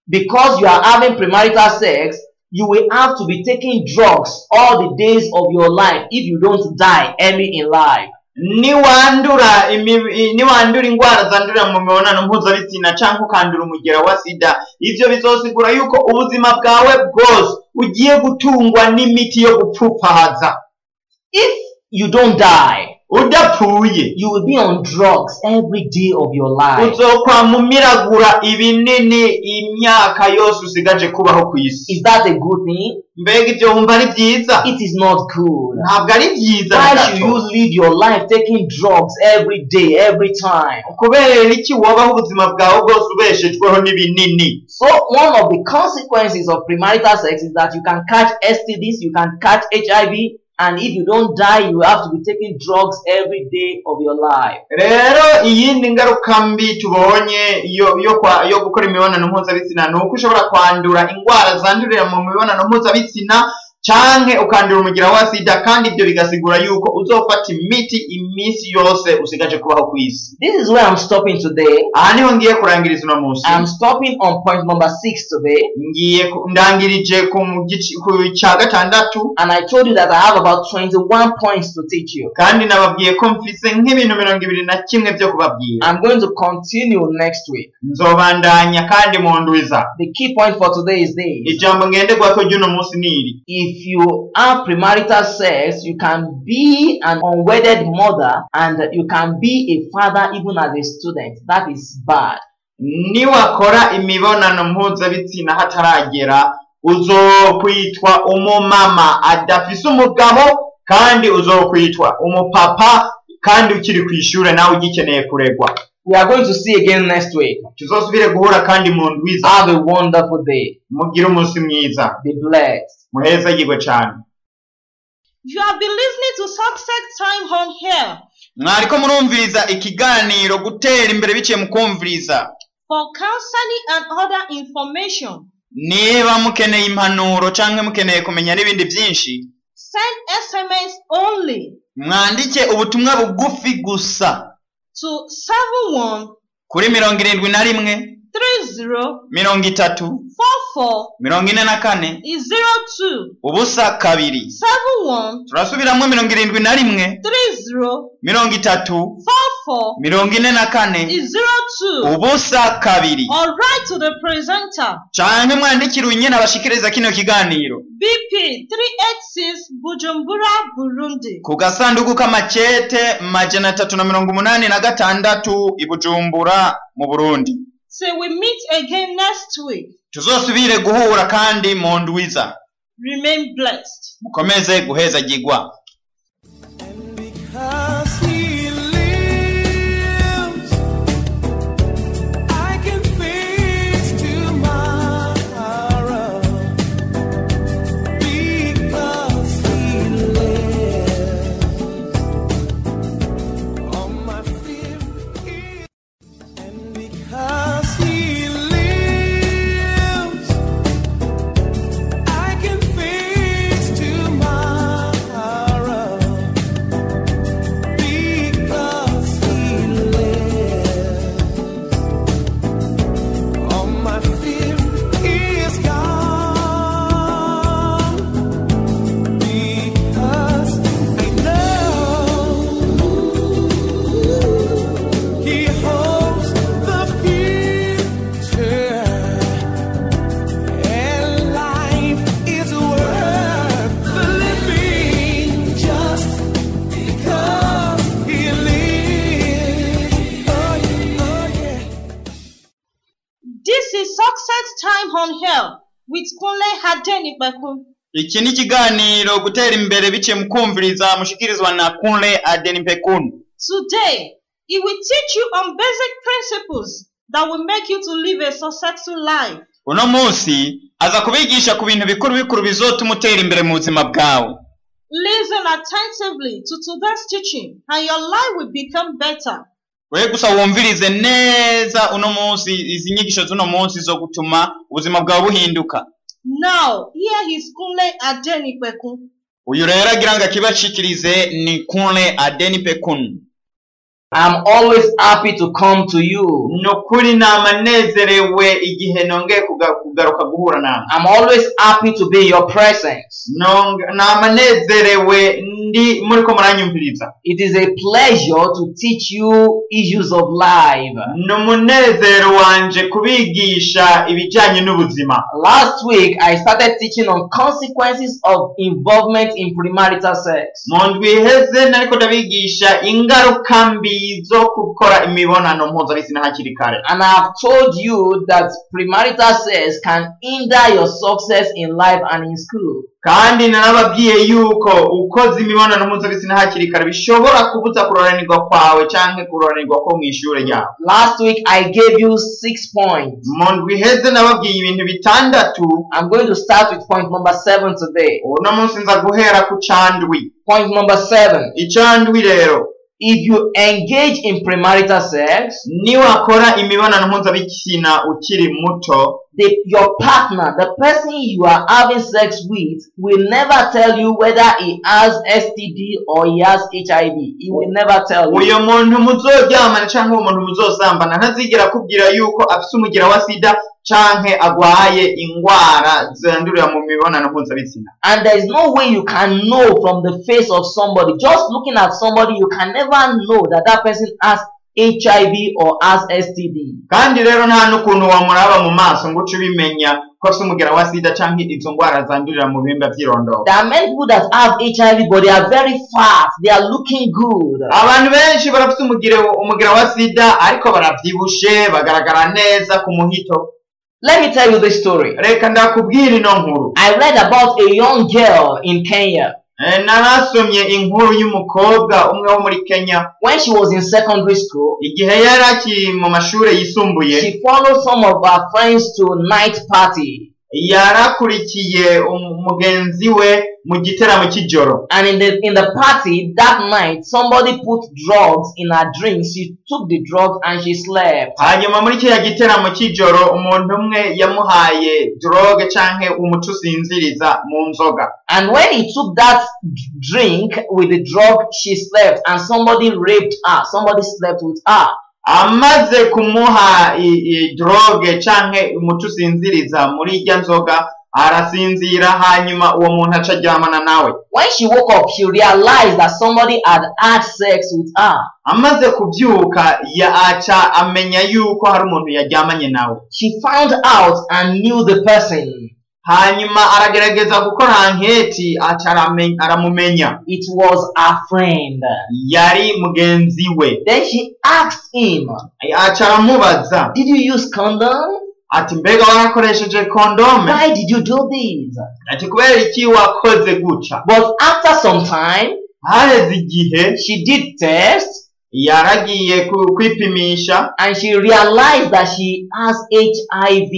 D: because you are having premarital sex, you will have to be taking drugs all the days of your life if you don't die early in life.
C: niwandura imibi- i- niwandura indwara zandurira mu mibonano mpuzabitsina cyangwa ukandura umugera wa sida ibyo bizosigura yuko ubuzima bwawe bwose ugiye gutungwa n'imiti yo gupfupfahaza
D: If you don't die,
C: udapfuye
D: you will be on drugs every day of your life.
C: uzokwamumuragura ibinini imyaka yose usigaje kubaho ku isi
D: Is that a good thing?
C: mbega ibyo wumva ari byiza
D: It is not good.
C: ntabwo ari byiza na
D: Why should
C: gato.
D: you live your life taking drugs every day, every time?
C: kubera iki wobaho ubuzima bwawe bwose ubeshejweho n'ibinini
D: So one of the consequences of premarital sex is that you can catch STDs, you can catch HIV, and if you don't die, you have to be taking drugs every day of your life.
C: rero iyindi ngaruka mbi tubonye yo yo, kwa, yo gukora imibonano mpuzabitsina ni uko ushobora kwandura indwara zandurira mu mibonano mpuzabitsina canke ukandura umugira wa sida kandi ibyo bigasigura yuko uzofata imiti iminsi yose usigaje kubaho ku isi
D: This is where I'm stopping today.
C: aha niho ngiye kurangiriza uno munsi
D: I'm stopping on point number six today,
C: ngiye ku- ndangirije ku mu gici- ku cya gatandatu
D: and I told you that I have about 21 points to teach you.
C: kandi nababwiye ko mfise nk'ibintu mirongo ibiri na kimwe byo kubabwira
D: I'm going to continue next week.
C: nzobandanya kandi mu ndwiza
D: The key point for today is this.
C: ijambo ngendegwako ry'uno munsi ni iri
D: If you have premarital sex, you can be an unwedded mother and you can be a father even as a student. That is bad.
C: niwakora imibonano mpuzabitsina hataragera uzokwitwa umumama adafise umugabo kandi uzokwitwa umupapa kandi ukiri ku ishure nawe ugikeneye kuregwa
D: We are going to see again next week.
C: tuzosubire guhura kandi mu ndwiza
D: Have a wonderful day.
C: mugire umunsi mwiza
D: Be blessed.
C: muheze yigwe cane
B: You have been listening to Success Time on here.
C: mwariko murumviriza ikiganiro gutera imbere biciye mu kumviriza
B: For counseling and other information,
C: niba mukeneye impanuro canke mukeneye kumenya n'ibindi byinshi
B: send SMS only
C: mwandike ubutumwa bugufi gusa
B: to 71
C: kuri mirongo irindwi na rimwe
B: 30
C: mirongo itatu
B: 44
C: mirongo ine na kane
B: 02
C: ubusa kabiri
B: 71
C: turasubiramwo mirongo irindwi na rimwe
B: 30
C: mirongo itatu
B: 44
C: mirongo ine na kane
B: 02
C: ubusa kabiri
B: or write to the presenter
C: canke mwandikire unyene abashikiriza kino kiganiro
B: BP 386 Bujumbura, Burundi.
C: ku gasanduku k'amacete majana atatu na mirongo umunani na gatandatu i bujumbura mu burundi
B: Till we meet again next week.
C: tuzosubire guhura kandi mu ndwiza
B: Remain blessed.
C: mukomeze guhezagirwa
A: And because he lives, I can face tomorrow. Because he lives, all my fear is. And because he lives, I can face tomorrow. Because he lives, all my fear is gone. Because I know he holds the future, and life is worth the living just. Because he lives, oh yeah, oh yeah.
B: This is Success Time on Hell with Kunle Hadenipakun.
C: iki ni ikiganiro gutera imbere biciye mu kumviriza mushikirizwa na kunle adeni pekun
B: Today, it will teach you on basic principles that will make you to live a successful life.
C: uno munsi aza kubigisha ku bintu bikuru bikuru bizotuma utera imbere mu buzima bwawe
B: Listen attentively to today's teaching and your life will become better.
C: we gusa wumvirize neza uno munsi izi nyigisho z'uno munsi zo gutuma ubuzima bwawe buhinduka
B: Now, here is Kunle Adenipekun.
C: uyu rero agira ngo akibashikirize ni kunle adeni pekun
D: I'm always happy to come to you.
C: ni ukuri namanezerewe igihe nongeye kuga- kugaruka guhura nawe
D: I'm always happy to be in your presence.
C: Nong- namanezerewe ndi muriko muranyumviriza
D: It is a pleasure to teach you issues of life.
C: ni umunezero wanje kubigisha ibijyanye n'ubuzima
D: Last week, I started teaching on consequences of involvement in premarital sex.
C: mu ndwi iheze nariko ndabigisha ingaruka mbi zo gukora imibonano mpuzabitsina hakiri kare
D: And I have told you that premarital sex can hinder your success in life and in school.
C: kandi narababwiye yuko ukoze imibonano mpuzabitsina hakiri kare bishobora kubuza kuroranirwa kwawe canke kuroranirwa ko mw'ishure ryawe
D: Last week, I gave you six points.
C: mu ndwi iheze nababwiye ibintu bitandatu
D: I'm going to start with point number seven today.
C: uno munsi nza guhera ku candwi
D: Point number seven.
C: icandwi rero
D: If you engage in premarital sex,
C: niwakora imibonano mpuzabitsina ukiri muto
D: the, your partner, the person you are having sex with, will never tell you whether he has STD or he has HIV. He will never tell you.
C: uyu muntu muzoryamana canke uwo muntu muzosambana ntazigera akubwira yuko afise umugira wa sida canke agwaye ingwara zandurira mu mibonano mpuzabitsina
D: And there is no way you can know from the face of somebody. Just looking at somebody, you can never know that that person has HIV or has STD.
C: kandi rero nta n'ukuntu wamuraba mu maso ngo uce ubimenya ko afise umugera wa sida canke izo ngwara zandurira mu bihimba vy'irondoro
D: There are many people that have HIV, but they are very fat. They are looking good.
C: abantu benshi barafise umugire umugera wa sida ariko baravyibushe bagaragara neza ku muhito
D: Let me tell you this story.
C: reka ndakubwira ino nkuru
D: I read about a young girl in Kenya.
C: Eh, narasomye inkuru y'umukobwa umwe wo muri kenya
D: When she was in secondary school,
C: igihe yari akiri mu mashuri yisumbuye
D: she followed some of her friends to a night party.
C: yarakurikiye um- mugenzi we mu giteramo cy'ijoro
D: And in the in the party that night, somebody put drugs in her drink. She took the drugs and she slept.
C: hanyuma muri kiriya giteramo cy'ijoro umuntu umwe yamuhaye droge canke umuti usinziriza mu nzoga
D: And when he took that d- drink with the drug, she slept. And somebody raped her. Somebody slept with her.
C: amaze kumuha i- i- droge canke umuti usinziriza muri irya nzoga arasinzira hanyuma uwo muntu aca aryamana nawe
D: When she woke up, she realized that somebody had had sex with her.
C: amaze kubyuka ya- aca amenya yuko hari umuntu yaryamanye nawe
D: She found out and knew the person.
C: hanyuma aragerageza gukora anketi aca arame- aramumenya
D: It was her friend.
C: yari mugenzi we
D: Then she asked him,
C: aca aramubaza
D: Did you use condom?
C: ati mbega warakoresheje kondome
D: Why did you do this?
C: ati kubera iki wakoze guca
D: But after some time,
C: haheze igihe
D: she did test
C: yaragiye ku- kwipimisha
D: and she realized that she has HIV.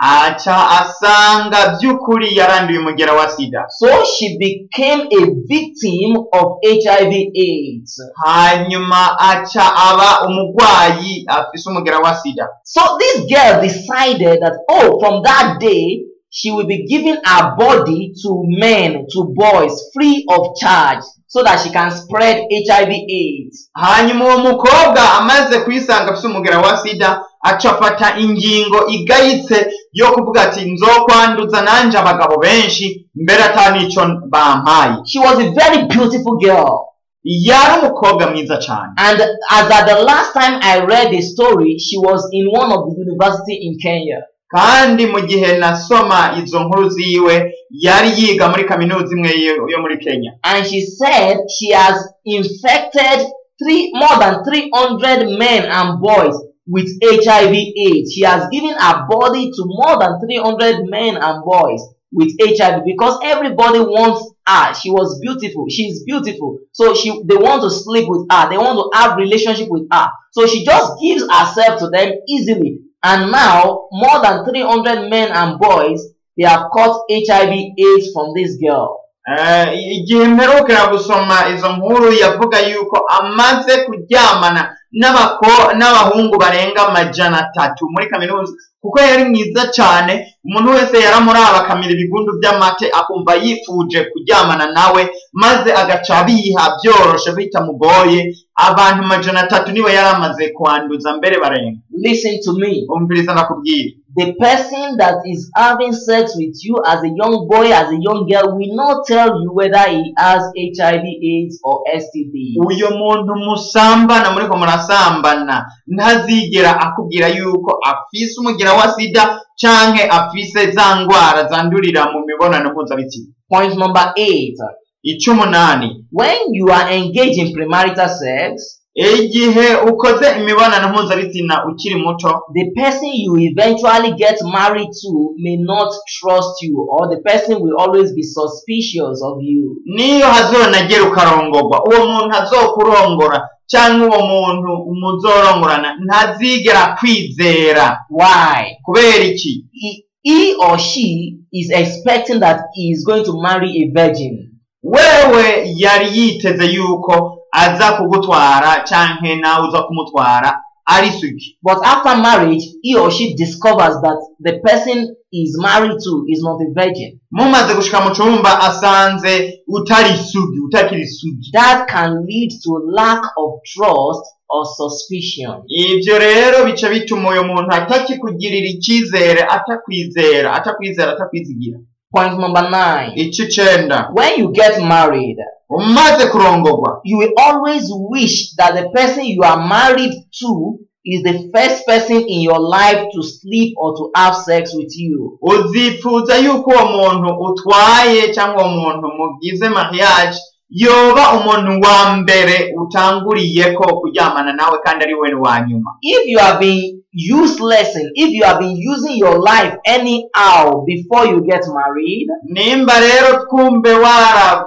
C: aca asanga by'ukuri yaranduye umugera wa sida
D: So she became a victim of HIV AIDS.
C: hanyuma aca aba umugwayi afise umugera wa sida
D: So this girl decided that, oh, from that day, she will be giving her body to men, to boys, free of charge, so that she can spread HIV AIDS.
C: hanyuma uwo mukobwa amaze kwisanga afite umugera wa sida aca afata ingingo igayitse yo kuvuga ati nzokwanduza nanje abagabo benshi mbere ata n'ico bampaye
D: She was a very beautiful girl.
C: yari umukobwa mwiza cane
D: And as at the last time I read the story, she was in one of the university in Kenya.
C: kandi mu gihe nasoma izo nkuru ziwe yari yiga muri kaminuza imwe yo- yo muri kenya
D: And she said she has infected three, more than 300 men and boys with HIV AIDS. She has given her body to more than 300 men and boys with HIV because everybody wants her. She was beautiful. She's beautiful. So she, they want to sleep with her. They want to have relationship with her. So she just gives herself to them easily. And now more than 300 men and boys, they have caught HIV AIDS from this girl.
C: Eh, igihe mperukira gusoma izo nkuru yavuga yuko amaze kuryamana n'abako- n'abahungu barenga amajana atatu muri kaminuza kuko yari mwiza cyane umuntu wese yaramuraba akamira ibigundu by'amate akumva yifuje kuryamana nawe maze agaca abiha byoroshe bitamugoye abantu amajana atatu nibo yari amaze kwanduza mbere barenga
D: Listen to me.
C: umviriza ndakubwira
D: the person that is having sex with you as a young boy, as a young girl, will not tell you whether he has HIV, AIDS, or STD.
C: uyu muntu musambana muriko murasambana ntazigera akubwira yuko afise umugira wa sida canke afise za ngwara zandurira mu mibonano mpuzabitsina
D: Point number eight.
C: icumunani
D: When you are engaged in premarital sex,
C: igihe ukoze imibonano mpuzabitsina ukiri muto
D: the person you eventually get married to may not trust you, or the person will always be suspicious of you.
C: niyo hazonagera ukarongogwa uwo muntu azokurongora cyangwa uwo muntu muzorongorana ntazigera kwizera
D: Why?
C: kubera iki
D: He, he or she is expecting that he is going to marry a virgin.
C: wewe yari yiteze yuko aza kugutwara canke nawe uza kumutwara ari sugi
D: But after marriage, he or she discovers that the person he is married to is not a virgin.
C: mumaze gushika mu cumba asanze utari sugi utakiri sugi
D: That can lead to lack of trust or suspicion.
C: ivyo rero bica bituma uyo muntu atakikugirira icizere atakwizera atakwizera atakwizigira
D: Point number nine.
C: icicenda
D: When you get married,
C: umaze kurongogwa
D: you will always wish that the person you are married to is the first person in your life to sleep or to have sex with you.
C: uzipfuza yuko uwo muntu utwaye cyangwa uwo muntu mugize mariage yoba umuntu wa mbere utanguriyeko kuryamana nawe kandi ari we wa nyuma
D: If you have been useless, and if you have been using your life anyhow before you get married,
C: nimba rero twumve wara-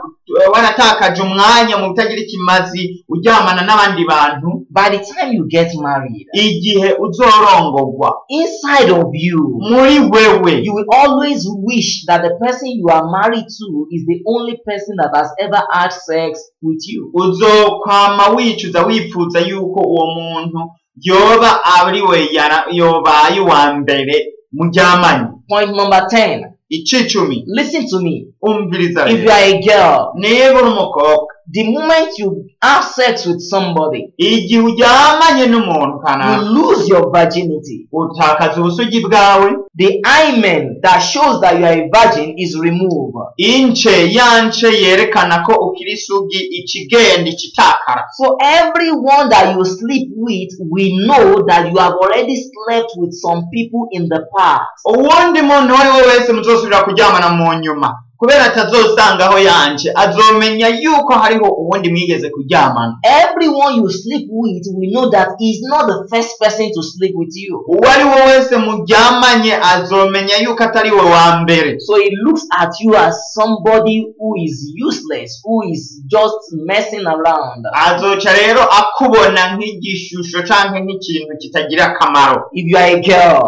C: waratakaje umwanya mu bitagira ikimazi uryamana n'abandi bantu
D: by the time you get married,
C: igihe uzorongogwa
D: inside of you,
C: muri wewe
D: you will always wish that the person you are married to is the only person that has ever had sex with you.
C: uzokwama wicuza wifuza yuko uwo muntu yoba ari we yara- yobaye uwa mbere muryamanye
D: Point number 10.
C: icicumi
D: Listen to me.
C: umviriza
D: If you
C: rero
D: are a girl,
C: niba uri umukobwa
D: the moment you have sex with somebody,
C: igihe uryamanye n'umuntu
D: you
C: kanaka
D: lose your virginity.
C: utakaza ubusugi bwawe
D: The hymen that shows that you are a virgin is removed.
C: ince yance yerekana ko ukiri sugi ikigenda ikitakara
D: So everyone that you sleep with will know that you have already slept with some people in the past.
C: uwundi muntu uwo ari we wese muzosubira kuryamana mu nyuma kubera atazosangaho yanje azomenya yuko hariho uwundi mwigeze kuryamana
D: Everyone you sleep with will know that he's not the first person to sleep with you.
C: uwo ari we wese muryamanye azomenya yuko atari we wa mbere
D: So he looks at you as somebody who is useless, who is just messing around.
C: azoca rero akubona nk'igishusho canke nk'ikintu kitagira akamaro
D: If you are a girl,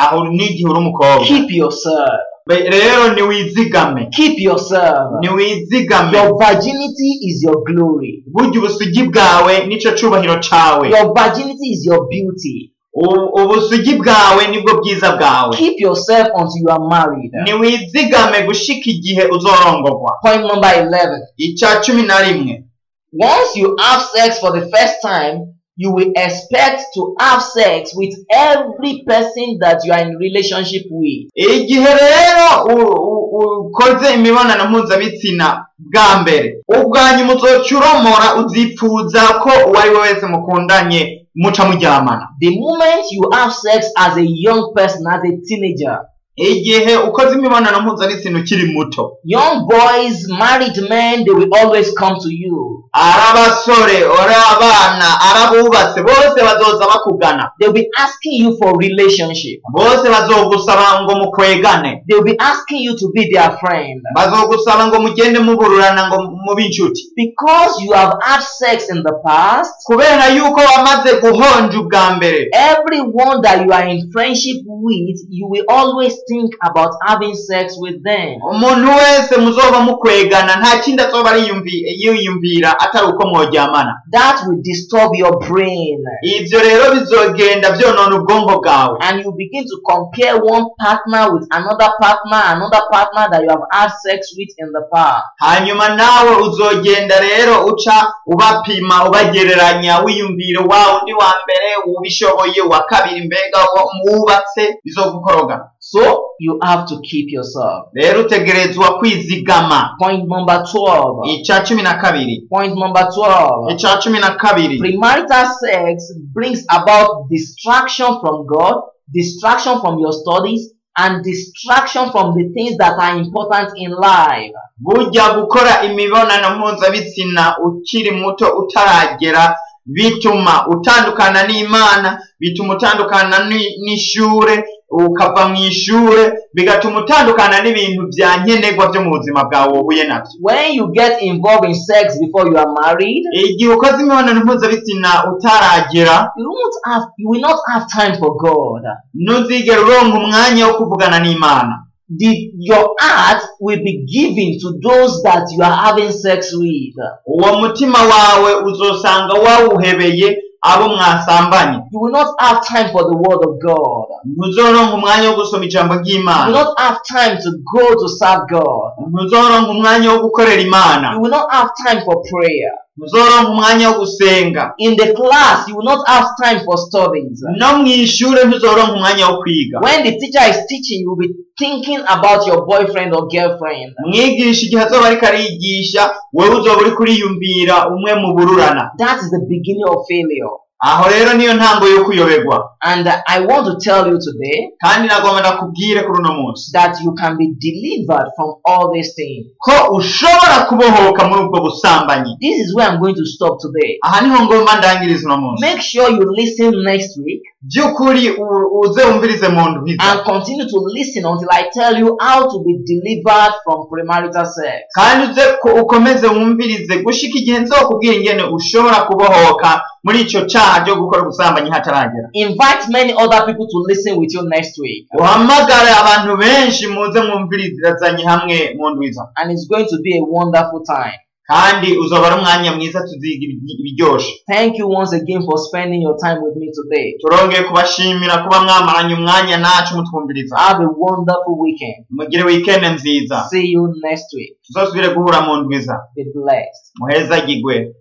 C: aho n'igihe uri umukobwa
D: keep yourself.
C: Be- rero ntiwizigame
D: Keep yourself.
C: ntiwizigame
D: Your virginity is your glory.
C: burya ubusugi bwawe nico cubahiro cawe
D: Your virginity is your beauty.
C: U- ubusugi bwawe nibwo bwiza bwawe
D: Keep yourself until you are married.
C: ntiwizigame gushika igihe uzorongorwa
D: Point number 11.
C: icya cumi na rimwe
D: Once you have sex for the first time, you will expect to have sex with every person that you are in relationship with.
C: igihe rero u- u- ukoze imibonano mpuzabitsina bwa mbere ubwa nyuma uzoca uromora uzipfuza ko uwo ari we wese mukundanye muca muryamana
D: The moment you have sex as a young person, as a teenager,
C: igihe ukoze imibonano mpuzabitsina ukiri muto
D: young boys, married men, they will always come to you.
C: ari abasore ari abana ari abubatse bose bazoza bakugana
D: They'll be asking you for relationship.
C: bose bazogusaba ngo mukwegane
D: They'll be asking you to be their friend.
C: bazogusaba ngo mugende mubururana ngo mube inshuti
D: Because you have had sex in the past,
C: kubera yuko wamaze guhonja ubwa mbere
D: everyone that you are in friendship with, you will always think about having sex with them.
C: umuntu wese muzoba mukwegana nta kindi azoba ariyumvi- yiyumvira atari uko mworyamana
D: That will disturb your brain.
C: ibyo rero bizogenda byonona ubwonko bwawe
D: And you begin to compare one partner with another partner, another partner that you have had sex with in the past.
C: hanyuma nawe uzogenda rero uca ubapima ubagereranya wiyumvira wa undi wa mbere ubishoboye uwa kabiri mbega uwo wubatse bizogukoroga
D: So you have to keep yourself.
C: rero utegerezwa kwizigama
D: Point number 12.
C: icya cumi na kabiri
D: Point number 12.
C: icya cumi na kabiri
D: Premarital sex brings about distraction from God, distraction from your studies, and distraction from the things that are important in life.
C: burya gukora imibonano mpuzabitsina ukiri muto utaragera bituma utandukana n'imana bituma utandukana ni- n'ishure ukava mu ishure bigatuma utandukana n'ibintu bya nkenerwa byo mu buzima bwawe wobuye nabyo
D: When you get involved in sex before you are married,
C: igihe ukoze imibonano mpuzabitsina utaragera
D: you won't have you will not have time for God.
C: ntuzigere uronka umwanya wo kuvugana n'imana
D: The, your heart will be given to those that you are having sex with.
C: uwo mutima wawe uzosanga wawuhebeye abo mwasambanye
D: You will not have time for the word of God.
C: ntuzoronka umwanya wo gusoma ijambo ry'imana
D: You will not have time to go to serve God.
C: ntuzoronka umwanya wo gukorera imana
D: You will not have time for prayer.
C: ntuzoronka umwanya wo gusenga
D: In the class, you will not have time for studies.
C: no mu ishure ntuzoronka umwanya wo kwiga
D: When the teacher is teaching, you will be thinking about your boyfriend or girlfriend.
C: mwigisha igihe azoba ariko arigisha wowe uzoba uri kuriyumvira umwe mu bururana
D: That is the beginning of failure.
C: aho rero niyo ntango yo kuyoberwa
D: And uh, I want to tell you today
C: kandi nagomba ndakubwire kuri uno munsi
D: that you can be delivered from all these things.
C: ko ushobora kubohoka muri ubwo busambanyi
D: This is where I'm going to stop today.
C: aha niho ngomba ndangiriza uno munsi
D: Make sure you listen next week
C: by'ukuri u- uze wumvirize mu ndwiza
D: and continue to listen until I tell you how to be delivered from premarital sex.
C: kandi uze ko- ukomeze wumvirize gushika igihe nzokubwira ingene ushobora kubohoka muri ico caha ryo gukora ubusambanyi hataragera
D: Invite many other people to listen with you next week.
C: uhamagare abantu benshi muze mwumvirizanye hamwe mu ndwiza
D: And it's going to be a wonderful time.
C: kandi uzoba ari umwanya mwiza tuziga ibi- ibiryoshe
D: Thank you once again for spending your time with me today.
C: turongeye kubashimira kuba mwamaranye umwanya nacu mutwumviriza
D: Have a wonderful weekend.
C: mugire wikende nziza
D: See you next week.
C: tuzosubire guhura mu ndwiza
D: Be blessed.
C: muhezagigwe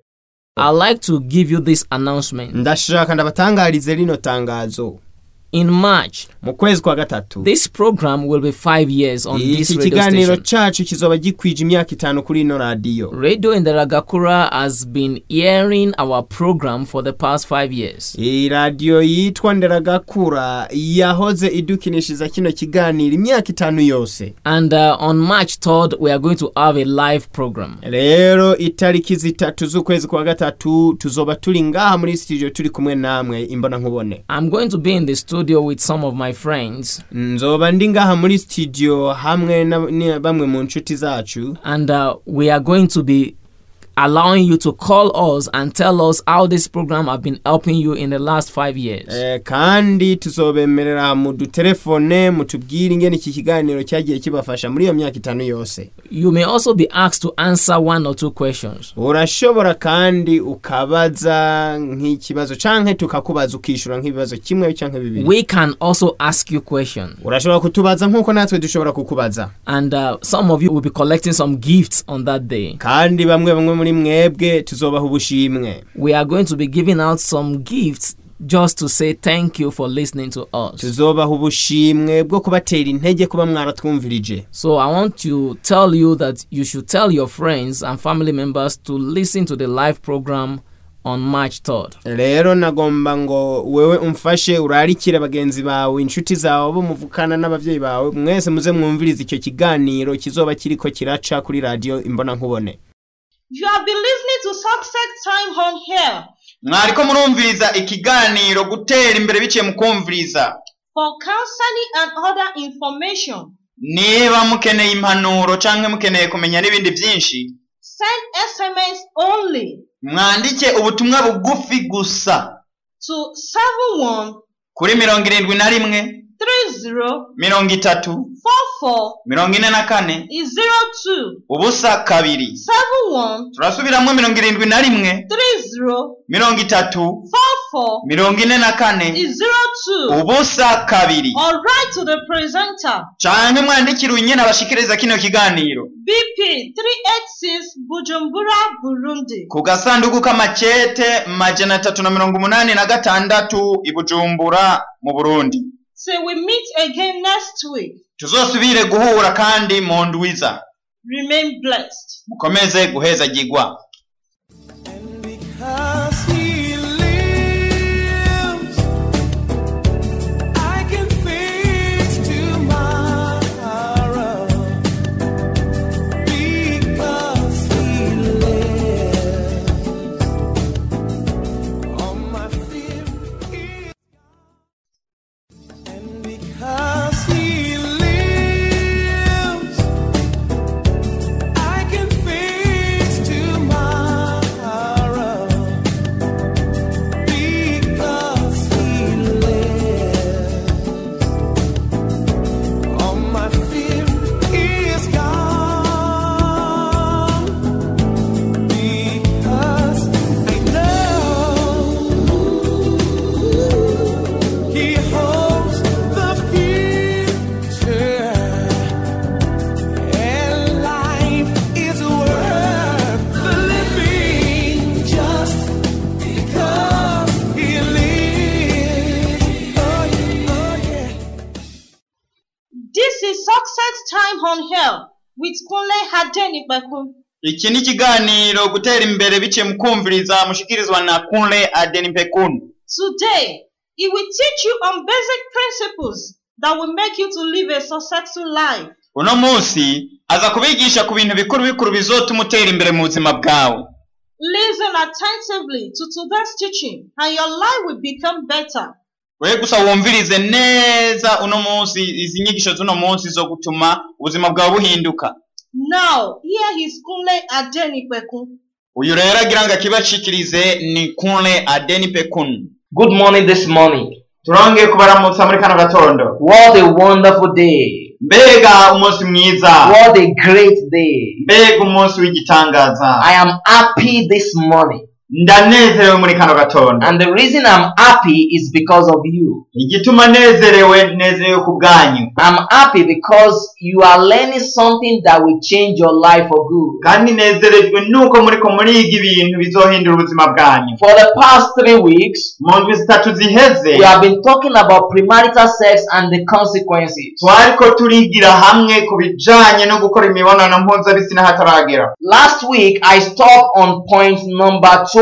E: I'd like to give you this announcement.
F: ndashaka ndabatangarize rino tangazo
E: In March,
F: mu kwezi kwa gatatu
E: this program will be five years on this
F: iki
E: radio
F: kiganiro
E: station.
F: cacu kizoba gikwije imyaka itanu kuri ino radiyo
E: Radio Indaragakura has been airing our program for the past five years.
F: iyi radiyo Eh, yitwa nderagakura yahoze idukinishiriza kino kiganiro imyaka itanu yose
E: And uh, on March 3rd, we are going to have a live program.
F: rero itariki zitatu z'ukwezi kwa gatatu tuzoba turi ngaha muri studio turi kumwe namwe imbonankubone
E: I'm going to be in the studio with some of my friends,
F: nzoba ndi ngaha muri studio hamwe na na bamwe mu nshuti zacu
E: and uh, we are going to be allowing you to call us and tell us how this program have been helping you in the last five years.
F: Eh, kandi tuzobemerera mu dutelefone mutubwire ingene iki kiganiro cyagiye kibafasha muri iyo myaka itanu yose
E: You may also be asked to answer one or two questions.
F: urashobora kandi ukabaza nk'ikibazo canke tukakubaza ukishura nk'ibibazo kimwe canke bibiri
E: We can also ask you questions.
F: urashobora kutubaza nk'uko natwe dushobora kukubaza
E: and uh, some of you will be collecting some gifts on that day.
F: kandi bamwe bamwe muri mwebwe tuzobaha ubushimwe
E: We are going to be giving out some gifts just to say thank you for listening to us.
F: tuzobaha ubushimwe bwo kubatera intege kuba mwaratwumvirije
E: So I want to tell you that you should tell your friends and family members to listen to the live program on March 3rd.
F: rero nagomba ngo wewe umfashe urarikire bagenzi bawe inshuti zawe abo muvukana n'ababyeyi bawe mwese muze mwumvirize icyo kiganiro kizoba kiriko kiraca kuri radiyo imbonankubone
B: You have been listening to Success Time on here.
C: mwariko murumviriza ikiganiro gutera imbere biciye mu kumviriza
B: For counseling and other information,
C: niba mukeneye impanuro canke mukeneye kumenya n'ibindi byinshi
B: send SMS only
C: mwandike ubutumwa bugufi gusa
B: to 71
C: kuri mirongo irindwi na rimwe
B: three zero
C: mirongo itatu
B: four four
C: mirongo ine na kane
B: zero two
C: ubusa kabiri
B: seven one
C: turasubiramo mirongo irindwi na rimwe
B: three zero
C: mirongo itatu
B: four four
C: mirongo ine na kane
B: zero two.
C: ubusa kabiri
B: All right to the presenter.
C: canke mwandikire unyene abashikiriza kino kiganiro
B: BP 386 Bujumbura, Burundi.
C: ku gasanduku k'amakete majana atatu na mirongo umunani na gatandatu i bujumbura mu burundi
B: Till we meet again next week.
C: tuzosubire guhura kandi mu ndwiza
B: Remain blessed.
C: mukomeze guhezagirwa
A: And because he lives, I can face tomorrow. Because he lives, all my fear is gone. And because he lives, I can face tomorrow because he lives. All my fear is gone because I know he holds the future. And life is worth the living just because he lives. Oh, yeah, oh, yeah.
B: This is Success Time on Hell with Kunle Hadenibakun.
C: iki ni ikiganiro gutera imbere biciye mu kumviriza mushikirizwa na kunle adeni pekun
B: Today, it will teach you on basic principles that will make you to live a successful life.
C: uno munsi aza kubigisha ku bintu bikuru bikuru bizotuma utera imbere mu buzima bwawe
B: Listen attentively to today's teaching and your life will become better.
C: we gusa wumvirize neza uno munsi izi nyigisho z'uno munsi zo gutuma ubuzima bwawe buhinduka
B: Now, here is Kunle Adenibekun.
C: uyu rero agira ngo akibashikirize ni kunle adeni pekun
D: Good morning this morning.
C: turongeye kubaramutsa muri kano gatondo
D: What a wonderful day.
C: mbega umunsi mwiza
D: What a great day.
C: mbega umunsi w'igitangaza
D: I am happy this morning.
C: ndanezerewe muri kano gatondo
D: And the reason I'm happy is because of you.
C: igituma nezerewe nezerewe ku bwanyu
D: I'm happy because you are learning something that will change your life for good.
C: kandi nezerejwe nuko muriko muriga ibintu bizohindura ubuzima bwanyu
D: For the past three weeks,
C: mu ndwi zitatu ziheze
D: we have been talking about premarital sex and the consequences.
C: twariko turigira hamwe ku bijanye no gukora imibonano mpuzabitsina hataragera
D: Last week, I stopped on point number 12.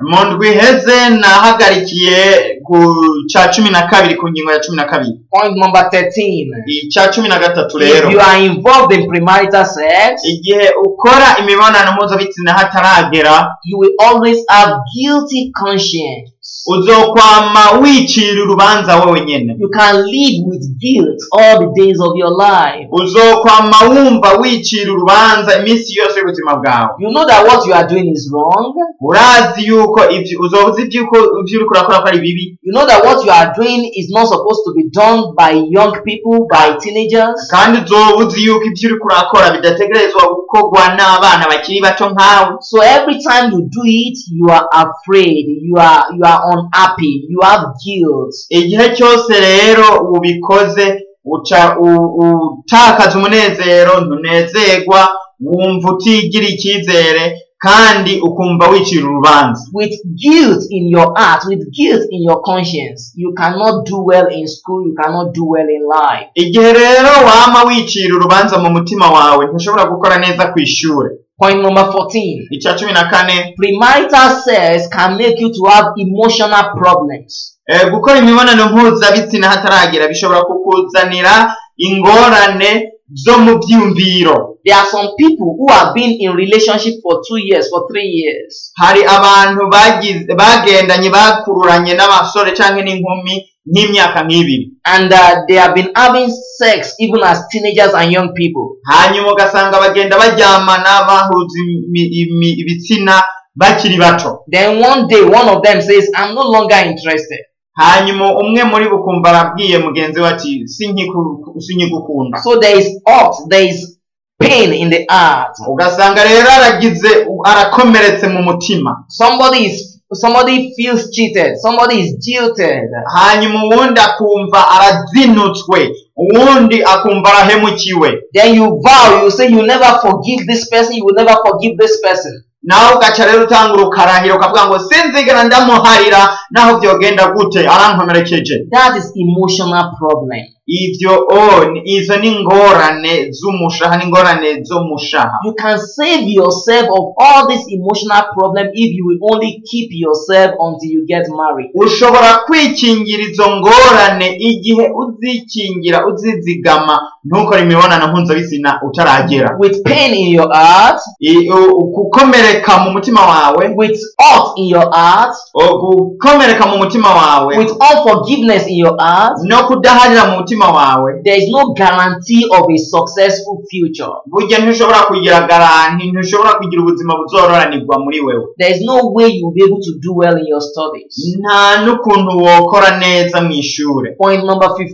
C: mu ndwi iheze nahagarikiye ku cya cumi na kabiri ku ngingo ya cumi na kabiri
D: Point number 13.
C: icya cumi na gatatu rero
D: If you are involved in premarital sex,
C: igihe ukora imibonano mpuzabitsina hataragera
D: you will always have guilty conscience.
C: Oh. uzokwama wicira urubanza wowe nyene
D: You can live with guilt all the days of your life.
C: uzokwama wumva wicira urubanza iminsi yose y'ubuzima bwawe
D: You know that what you are doing is wrong.
C: urazi yuko ivyo uzozi ivyuko ivyo uriko urakora ko ari bibi
D: You know that what you are doing is not supposed to be done by young people, by teenagers.
C: kandi uzoba uzi yuko ivyo uriko urakora bidategerezwa gukorwa n'abana bakiri bato nkawe
D: So every time you do it, you are afraid, you are you are unhappy, you have guilt.
C: igihe cyose rero ubikoze uca u- utakaza umunezero ntunezerwa wumva utigira icyizere kandi ukumva wicira urubanza
D: With guilt in your heart, with guilt in your conscience, you cannot do well in school, you cannot do well in life.
C: igihe rero wama wicira urubanza mu mutima wawe ntushobora gukora neza ku ishuri
D: Point number 14.
C: icya cumi na kane
D: Premarital sex can make you to have emotional problems.
C: Eh, gukora imibonano mpuzabitsina hataragera bishobora kukuzanira ingorane zo mu byiyumviro
D: There are some people who have been in relationship for two years, for three years.
C: hari abantu bagize bagendanye bakururanye n'abasore cyangwa n'inkumi nk'imyaka nk'ibiri
D: and uh, they have been having sex even as teenagers and young people.
C: hanyuma ugasanga bagenda baryamana bahuza imi- imi- ibitsina bakiri bato
D: Then one day, one of them says, I'm no longer interested.
C: hanyuma umwe muri bo ukumva arabwiye mugenzi we ati "Sinkiku- sinkigukunda
D: So there is hurt, there is pain in the heart.
C: ugasanga rero aragize arakomeretse mu mutima
D: Somebody is somebody feels cheated, somebody is jilted.
C: hanyuma uwundi akumva arazinutswe uwundi akumva arahemukiwe
D: Then you vow, you say you never forgive this person, you will never forgive this person.
C: nawe ugaca rero utanga urukarahiro ukavuga ngo sinzigera ndamuharira naho byogenda gute arankomerekeje
D: That is emotional problem.
C: ivyo o ni- izo ni ingorane z'umushaha n'ingorane zo mushaha
D: You can save yourself of all this emotional problem if you will only keep yourself until you get married.
C: ushobora kwikingira izo ngorane igihe uzikingira uzizigama ntukore imibonano mpuzabitsina utaragera
D: With pain in your heart,
C: I- u- u- gukomereka mu mutima wawe
D: with hurt in your heart,
C: o- gukomereka mu mutima wawe
D: with unforgiveness in your heart,
C: no kudaharira mu mutima wawe
D: there is no guarantee of a successful future.
C: burya ntushobora kugira garanti ntushobora kugira ubuzima buzororanirwa muri wewe
D: There is no way you will be able to do well in your studies.
C: nta n'ukuntu wokora neza mu ishure
D: Point number 15.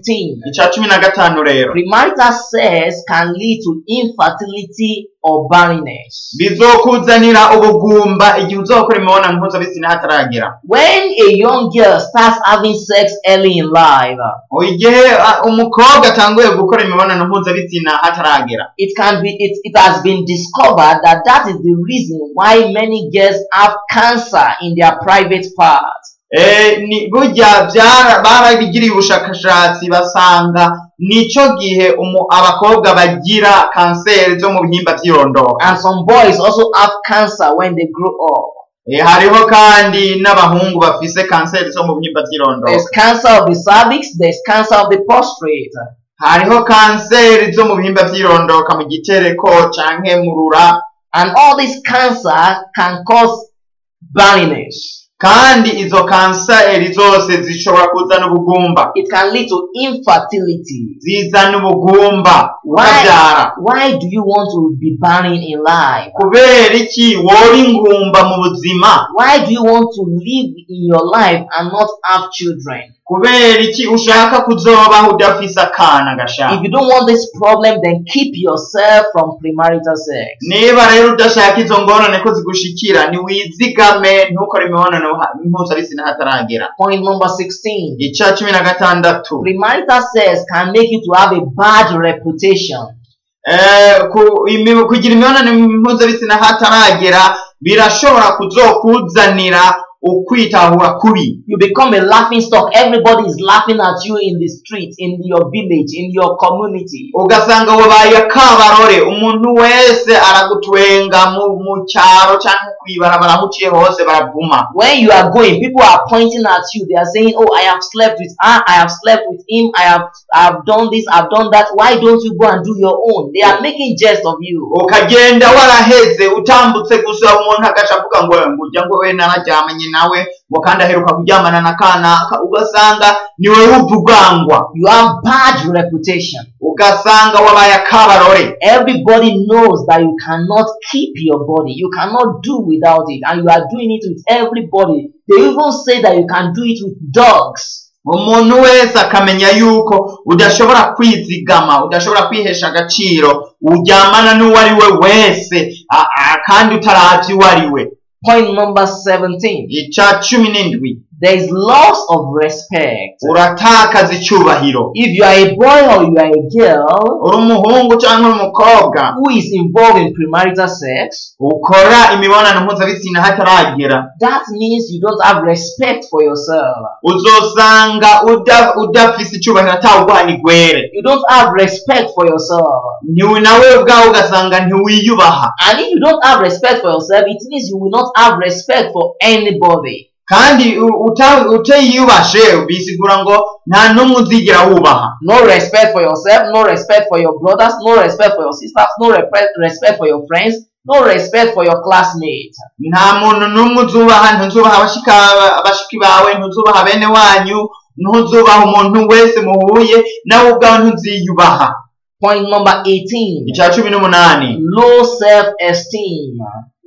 C: icya cumi na gatanu rero
D: Premarital sex can lead to infertility or barrenness.
C: bizokuzanira ubugumba igihe uzakora imibonano mpuzabitsina hataragera
D: When a young girl starts having sex early in life,
C: igihe ah, umukobwa atanguye gukora imibonano mpuzabitsina hataragera
D: it can be it, it has been discovered that that is the reason why many girls have cancer in their private part
C: Eh, ni burya byara- barabigiriye ubushakashatsi basanga nicyo gihe umu- abakobwa bagira kanseri zo mu bihimba by'irondoka
D: and some boys also have cancer when they grow up
C: Eh, hariho kandi n'abahungu bafise kanseri zo mu bihimba by'irondoka
D: there's cancer of the cervix there's cancer of the prostate
C: hariho kanseri zo mu bihimba by'irondoka mu gitereko canke mu rura
D: and all this cancer can cause barrenness
C: kandi izo kanseri zose zishobora kuzana ubugumba
D: it can lead to infertility
C: zizana ubugumba ukabyara
D: why why do you want to be barren in life
C: kubera iki wora ingumba mu buzima
D: why do you want to live in your life and not have children
C: kubera iki ushaka kuzobaho udafise akana
D: If
C: gashaka
D: you don't want this problem, then keep yourself from premarital sex.
C: niba rero udashaka izo ngorane ko zigushikira ntiwizigame ntukore imibonano ha- mpuzabitsina hataragera
D: Point number 16.
C: icya cumi na gatandatu
D: Premarital sex can make you to have a bad reputation.
C: Eh, ku- imi- kugira imibonano mpuzabitsina hataragera birashobora kuzokuzanira ukwitahura kubi
D: You become a laughing stock. Everybody is laughing at you in the street, in your village, in your community.
C: ugasanga wabaye akabarore umuntu wese aragutwenga mu mu cyaro cyangwa kw'ibarabara aho uciye hose barabuma
D: When you are going, people are pointing at you. They are saying, Oh, I have slept with her, I have slept with him, I have I've done this, I've done that. Why don't you go and do your own? They are making jest of you.
C: ukagenda waraheze utambutse gusa umuntu agaca avuga ngo ngo ujya ngo we nararyamanye nawe ngo kandi aheruka kuryamana na kanaka ugasanga ni wowe uvugangwa
D: You have bad reputation.
C: ugasanga wabaye akabarore
D: Everybody knows that you cannot keep your body. You cannot do without it. And you are doing it with everybody. They even say that you can do it with dogs.
C: umuntu wese akamenya yuko udashobora kwizigama udashobora kwihesha agaciro uryamana n'uwo ari we wese a- a- kandi utarabye uwo ari we
D: Point number 17.
C: ica cumi n'indwi
D: There is loss of respect.
C: uratakaza icyubahiro
D: If you are a boy or you are a girl
C: uri umuhungu cyangwa uri umukobwa
D: who is involved in premarital sex,
C: ukora imibonano mpuzabitsina hataragera
D: that means you don't have respect for yourself.
C: uzosanga uda- udafise icyubahiro atawuguhana igwere
D: You don't have respect for yourself.
C: Ni- nawe ubwawe ugasanga ntiwiyubaha
D: And if you don't have respect for yourself, it means you will not have respect for anybody.
C: kandi u- uta- utiyubashe bisigura ngo nta n'umwe uzigera wubaha
D: no respect for yourself, no respect for your brothers, no respect for your sisters, no repre- respect for your friends, no respect for your classmates.
C: nta muntu n'umwe uzubaha ntuzubaha abashika- abashiki bawe ntuzubaha bene wanyu ntuzubaha umuntu wese muhuye nawe ubwawe ntuziyubaha
D: Point number 18
C: icya cumi n'umunani
D: low self esteem.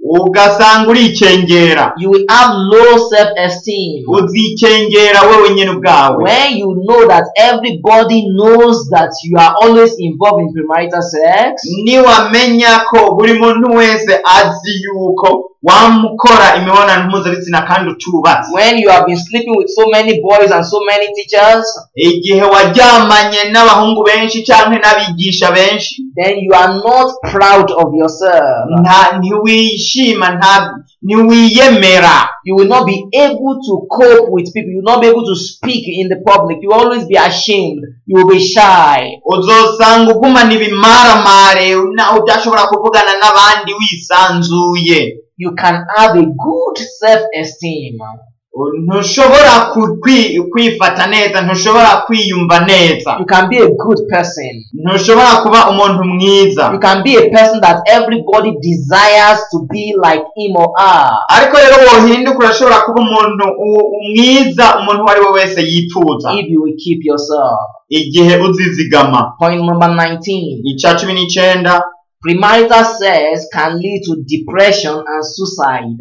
C: ugasanga urikengera
D: you will have low self esteem.
C: uzikengera wowe nyine ubwawe
D: When you know that everybody knows that you are always involved in premarital sex,
C: Mm. niwamenya ko buri muntu wese azi yuko wamukora imibonano mpuzabitsina kandi utubatse
D: when you have been sleeping with so many boys and so many teachers,
C: igihe waryamanye n'abahungu benshi cyangwa n'abigisha benshi
D: then you are not proud of yourself.
C: nta ntiwishima nta ntiwiyemera
D: You will not be able to cope with people. You will not be able to speak in the public. You will always be ashamed. You will be shy.
C: uzosanga ugumana ibimaramare na- udashobora kuvugana n'abandi wisanzuye
D: You can have a good self esteem
C: ntushobora ku- kwi- kwifata neza ntushobora kwiyumva neza
D: You can be a good person.
C: ntushobora kuba umuntu mwiza
D: You can be a person that everybody desires to be like him or her.
C: ariko rero wohinduka urashobora kuba umuntu u- mwiza umuntu uwo ari we wese yifuza
D: If you will keep yourself.
C: igihe uzizigama
D: Point number 19.
C: icya cumi n'icyenda
D: Premarital sex can lead to depression and suicide.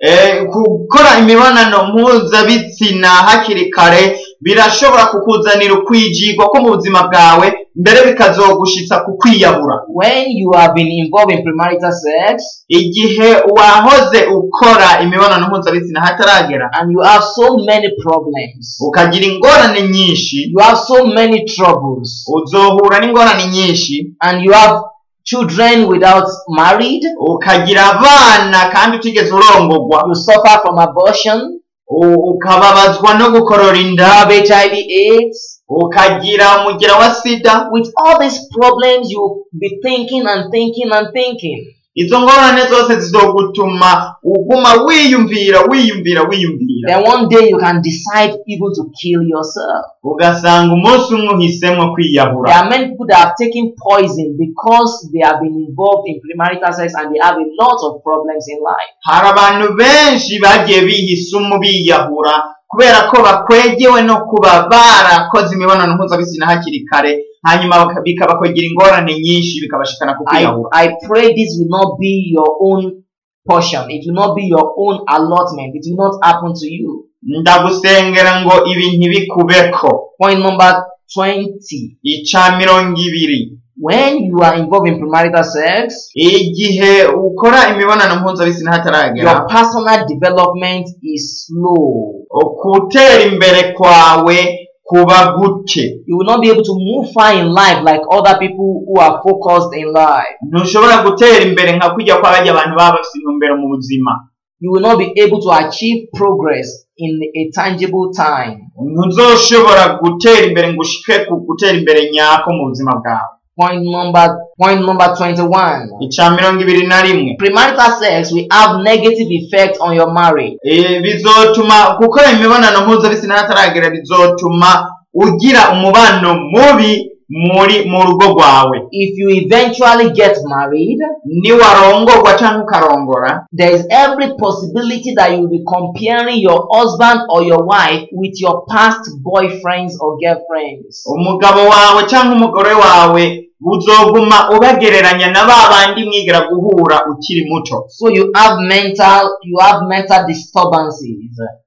C: Eh, gukora imibonano mpuzabitsina hakiri kare birashobora kukuzanira ukwigirwa ko mu buzima bwawe mbere bikazogushitsa ku kwiyahura
D: When you have been involved in premarital sex
C: igihe wahoze ukora imibonano mpuzabitsina hataragera
D: and you have so many problems,
C: ukagira ingorane nyinshi
D: you have so many troubles,
C: uzohura n'ingorane nyinshi
D: and you have children without married,
C: ukagira abana kandi utigeze urongogwa
D: you suffer from abortion,
C: u- ukababazwa no gukorora inda
D: you have HIV AIDS.
C: ukagira umugera wa sida
D: With all these problems, you will be thinking and thinking and thinking.
C: izo ngorane zose zizogutuma uguma wiyumvira wiyumvira wiyumvira
D: Then one day you can decide even to kill yourself.
C: ugasanga umunsi umwe uhisemo
D: There
C: kwiyahura
D: are many people that have taken poison because they have been involved in premarital sex and they have a lot of problems in life.
C: hari abantu benshi bagiye bihisamo biyahura kubera ko bakwegewe no kuba barakoze imibonano mpuzabitsina hakiri kare hanyuma baka- bikabakwegera ingorane nyinshi bikabashikana ku
D: I,
C: kwiyahura
D: I pray this will not be your own portion. It will not be your own allotment. It will not happen to you.
C: ndagusengera ngo ibi ntibikubeko
D: Point number 20.
C: ica mirongo ibiri
D: When you are involved in premarital sex,
C: igihe ukora imibonano mpuzabitsina hataragera
D: your personal development is slow.
C: gutera imbere kwawe kuba guke
D: You will not be able to move far in life like other people who are focused in life.
C: ntushobora gutera imbere nka kujya kw'abajya abantu baba bafite intumbero mu buzima
D: You will not be able to achieve progress in a tangible time.
C: ntuzoshobora gutera imbere ngo ushike ku gutera imbere nyako mu buzima bwawe
D: Point number point number twenty-one.
C: icya mirongo ibiri na rimwe
D: Premarital sex will have negative effect on your marriage.
C: Eh, bizotuma gukora imibonano mpuzabitsina hataragera bizotuma ugira umubano mubi muri mu rugo rwawe
D: If you eventually get married,
C: niwarongorwa cyangwa ukarongora
D: there is every possibility that you will be comparing your husband or your wife with your past boyfriends or girlfriends.
C: umugabo wawe cyangwa umugore wawe uzoguma ubagereranya na ba bandi mwigera guhura ukiri muto
D: So you have mental you have mental disturbances.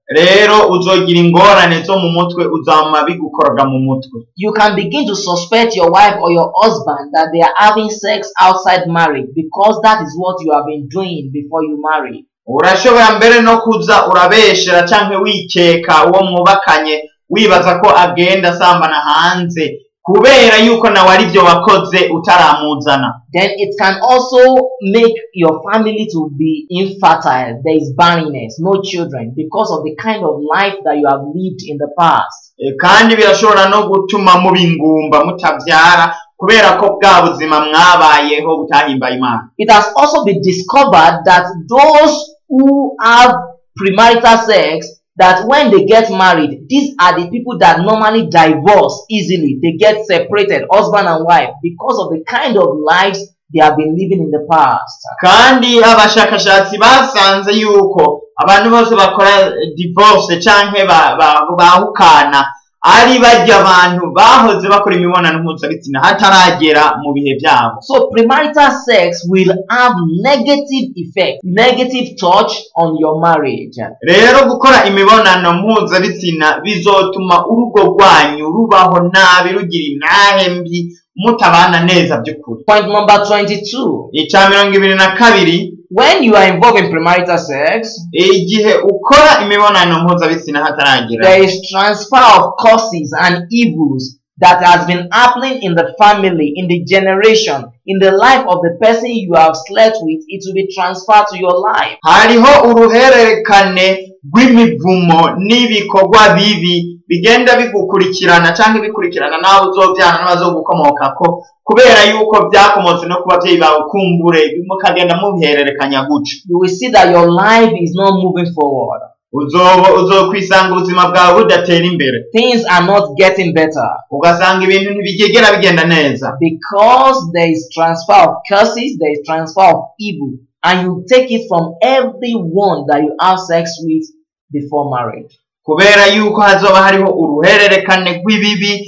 C: rero uzogira ingorane zo mu mutwe uzama bigukoraga mu mutwe
D: You can begin to suspect your wife or your husband that they are having sex outside marriage because that is what you have been doing before you marry.
C: urashobora mbere no kuza urabeshera cyangwa wikeka uwo mwubakanye wibaza ko agenda asambana hanze kubera yuko nawe aribyo wakoze utaramuzana
D: Then it can also make your family to be infertile. There is barrenness, no children, because of the kind of life that you have lived in the past.
C: E, kandi birashobora no gutuma muba ingumba mutabyara kubera ko bwa buzima mwabayeho butahimbaye imana
D: It has also been discovered that those who have premarital sex, that when they get married, these are the people that normally divorce easily. They get separated, husband and wife, because of the kind of lives they have been living in the past.
C: kandi abashakashatsi basanze yuko abantu bose bakora eh, divorce canke ba- ba- bahukana ari bajya abantu bahoze bakora imibonano mpuzabitsina hataragera mu bihe byabo
D: So premarital sex will have negative effect, negative touch on your marriage.
C: rero gukora imibonano mpuzabitsina bizotuma urugo rwanyu rubaho nabi rugira inahe mbi mutabana neza by'ukuri
D: Point number 22.
C: icya mirongo ibiri na kabiri
D: When you are involved in premarital sex,
C: igihe ukora imibonano mpuzabitsina hataragera
D: there is transfer of causes and evils that has been happening in the family, in the generation, in the life of the person you have slept with. It will be transferred to your life.
C: hariho uruhererekane rw'imivumo n'ibikorwa bibi bigenda bigukurikirana cyangwa ibikurikirana nawe uzobyara n'abazogukomoka ko kubera yuko byakomotse no ku babyeyi bawe ukumbure mukagenda mubihererekanya gutyo
D: You will see that your life is not moving forward.
C: uzobo uzokwisanga ubuzima bwawe budatera imbere
D: Things are not getting better
C: ugasanga ibintu ntibigegera bigenda neza
D: because there is transfer of curses, there is transfer of evil, and you take it from everyone that you have sex with before marriage.
C: kubera yuko hazoba hariho uruhererekane rw'ibibi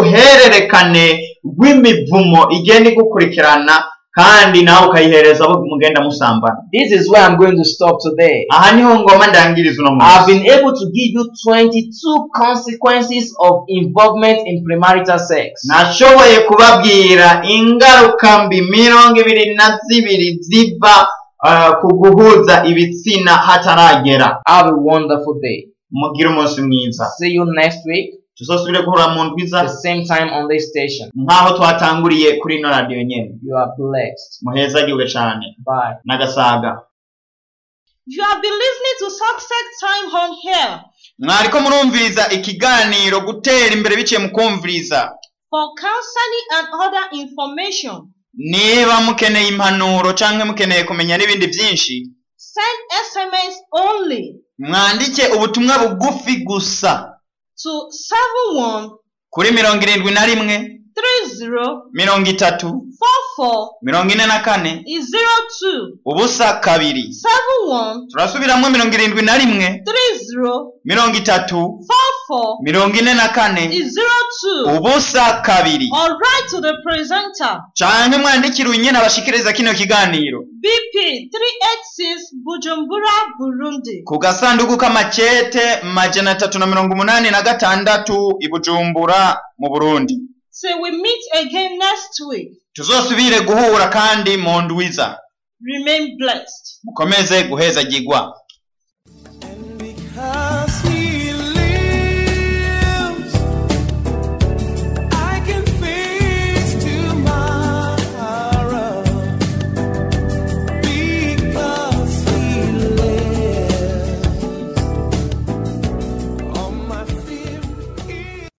C: n'uruhererekane rw'imivumo igenda igukurikirana kandi nawe ukayihereza abo mugenda musambana
D: This is where I'm going to stop today.
C: aha niho ngoma ndangiriza uno
D: I've
C: munsi
D: been able to give you 22 consequences of involvement in premarital sex.
C: nashoboye kubabwira ingaruka mbi mirongo ibiri na zibiri ziva ah, ku guhuza ibitsina hataragera
D: Have a wonderful day.
C: mugire umunsi mwiza
D: See you next week,
C: tuzosubire guhura mu ndwiza
D: the same time on this station.
C: nk'aho twatanguriye kuri ino radiyo nyine
D: You are blessed.
C: muheza agiwe cyane
D: Bye.
C: n'agasaga
B: You have been listening to Subset Time on here.
C: mwariko murumviriza ikiganiro gutera imbere biciye mu kumviriza
B: For counseling and other information,
C: niba mukeneye impanuro cyangwa mukeneye kumenya n'ibindi byinshi
B: send SMS only
C: mwandike ubutumwa bugufi gusa
B: to 71
C: kuri mirongo irindwi na rimwe
B: 30
C: mirongo itatu
B: 44
C: mirongo ine na kane
B: 02
C: ubusa kabiri
B: 71
C: turasubiramo mirongo irindwi na rimwe
B: 30
C: mirongo itatu
B: 44
C: mirongo ine na kane
B: 02
C: ubusa kabiri
B: or write to the presenter
C: cyangwa mwandikire unyine abashikiriza kino kiganiro
B: BP 386 Bujumbura, Burundi.
C: ku gasanduku k'amakete majana atatu na mirongo umunani na gatandatu i bujumbura mu burundi
B: Till we meet again next week.
C: tuzosubire guhura kandi mu ndwiza
B: Remain blessed.
C: mukomeze guheza gigwa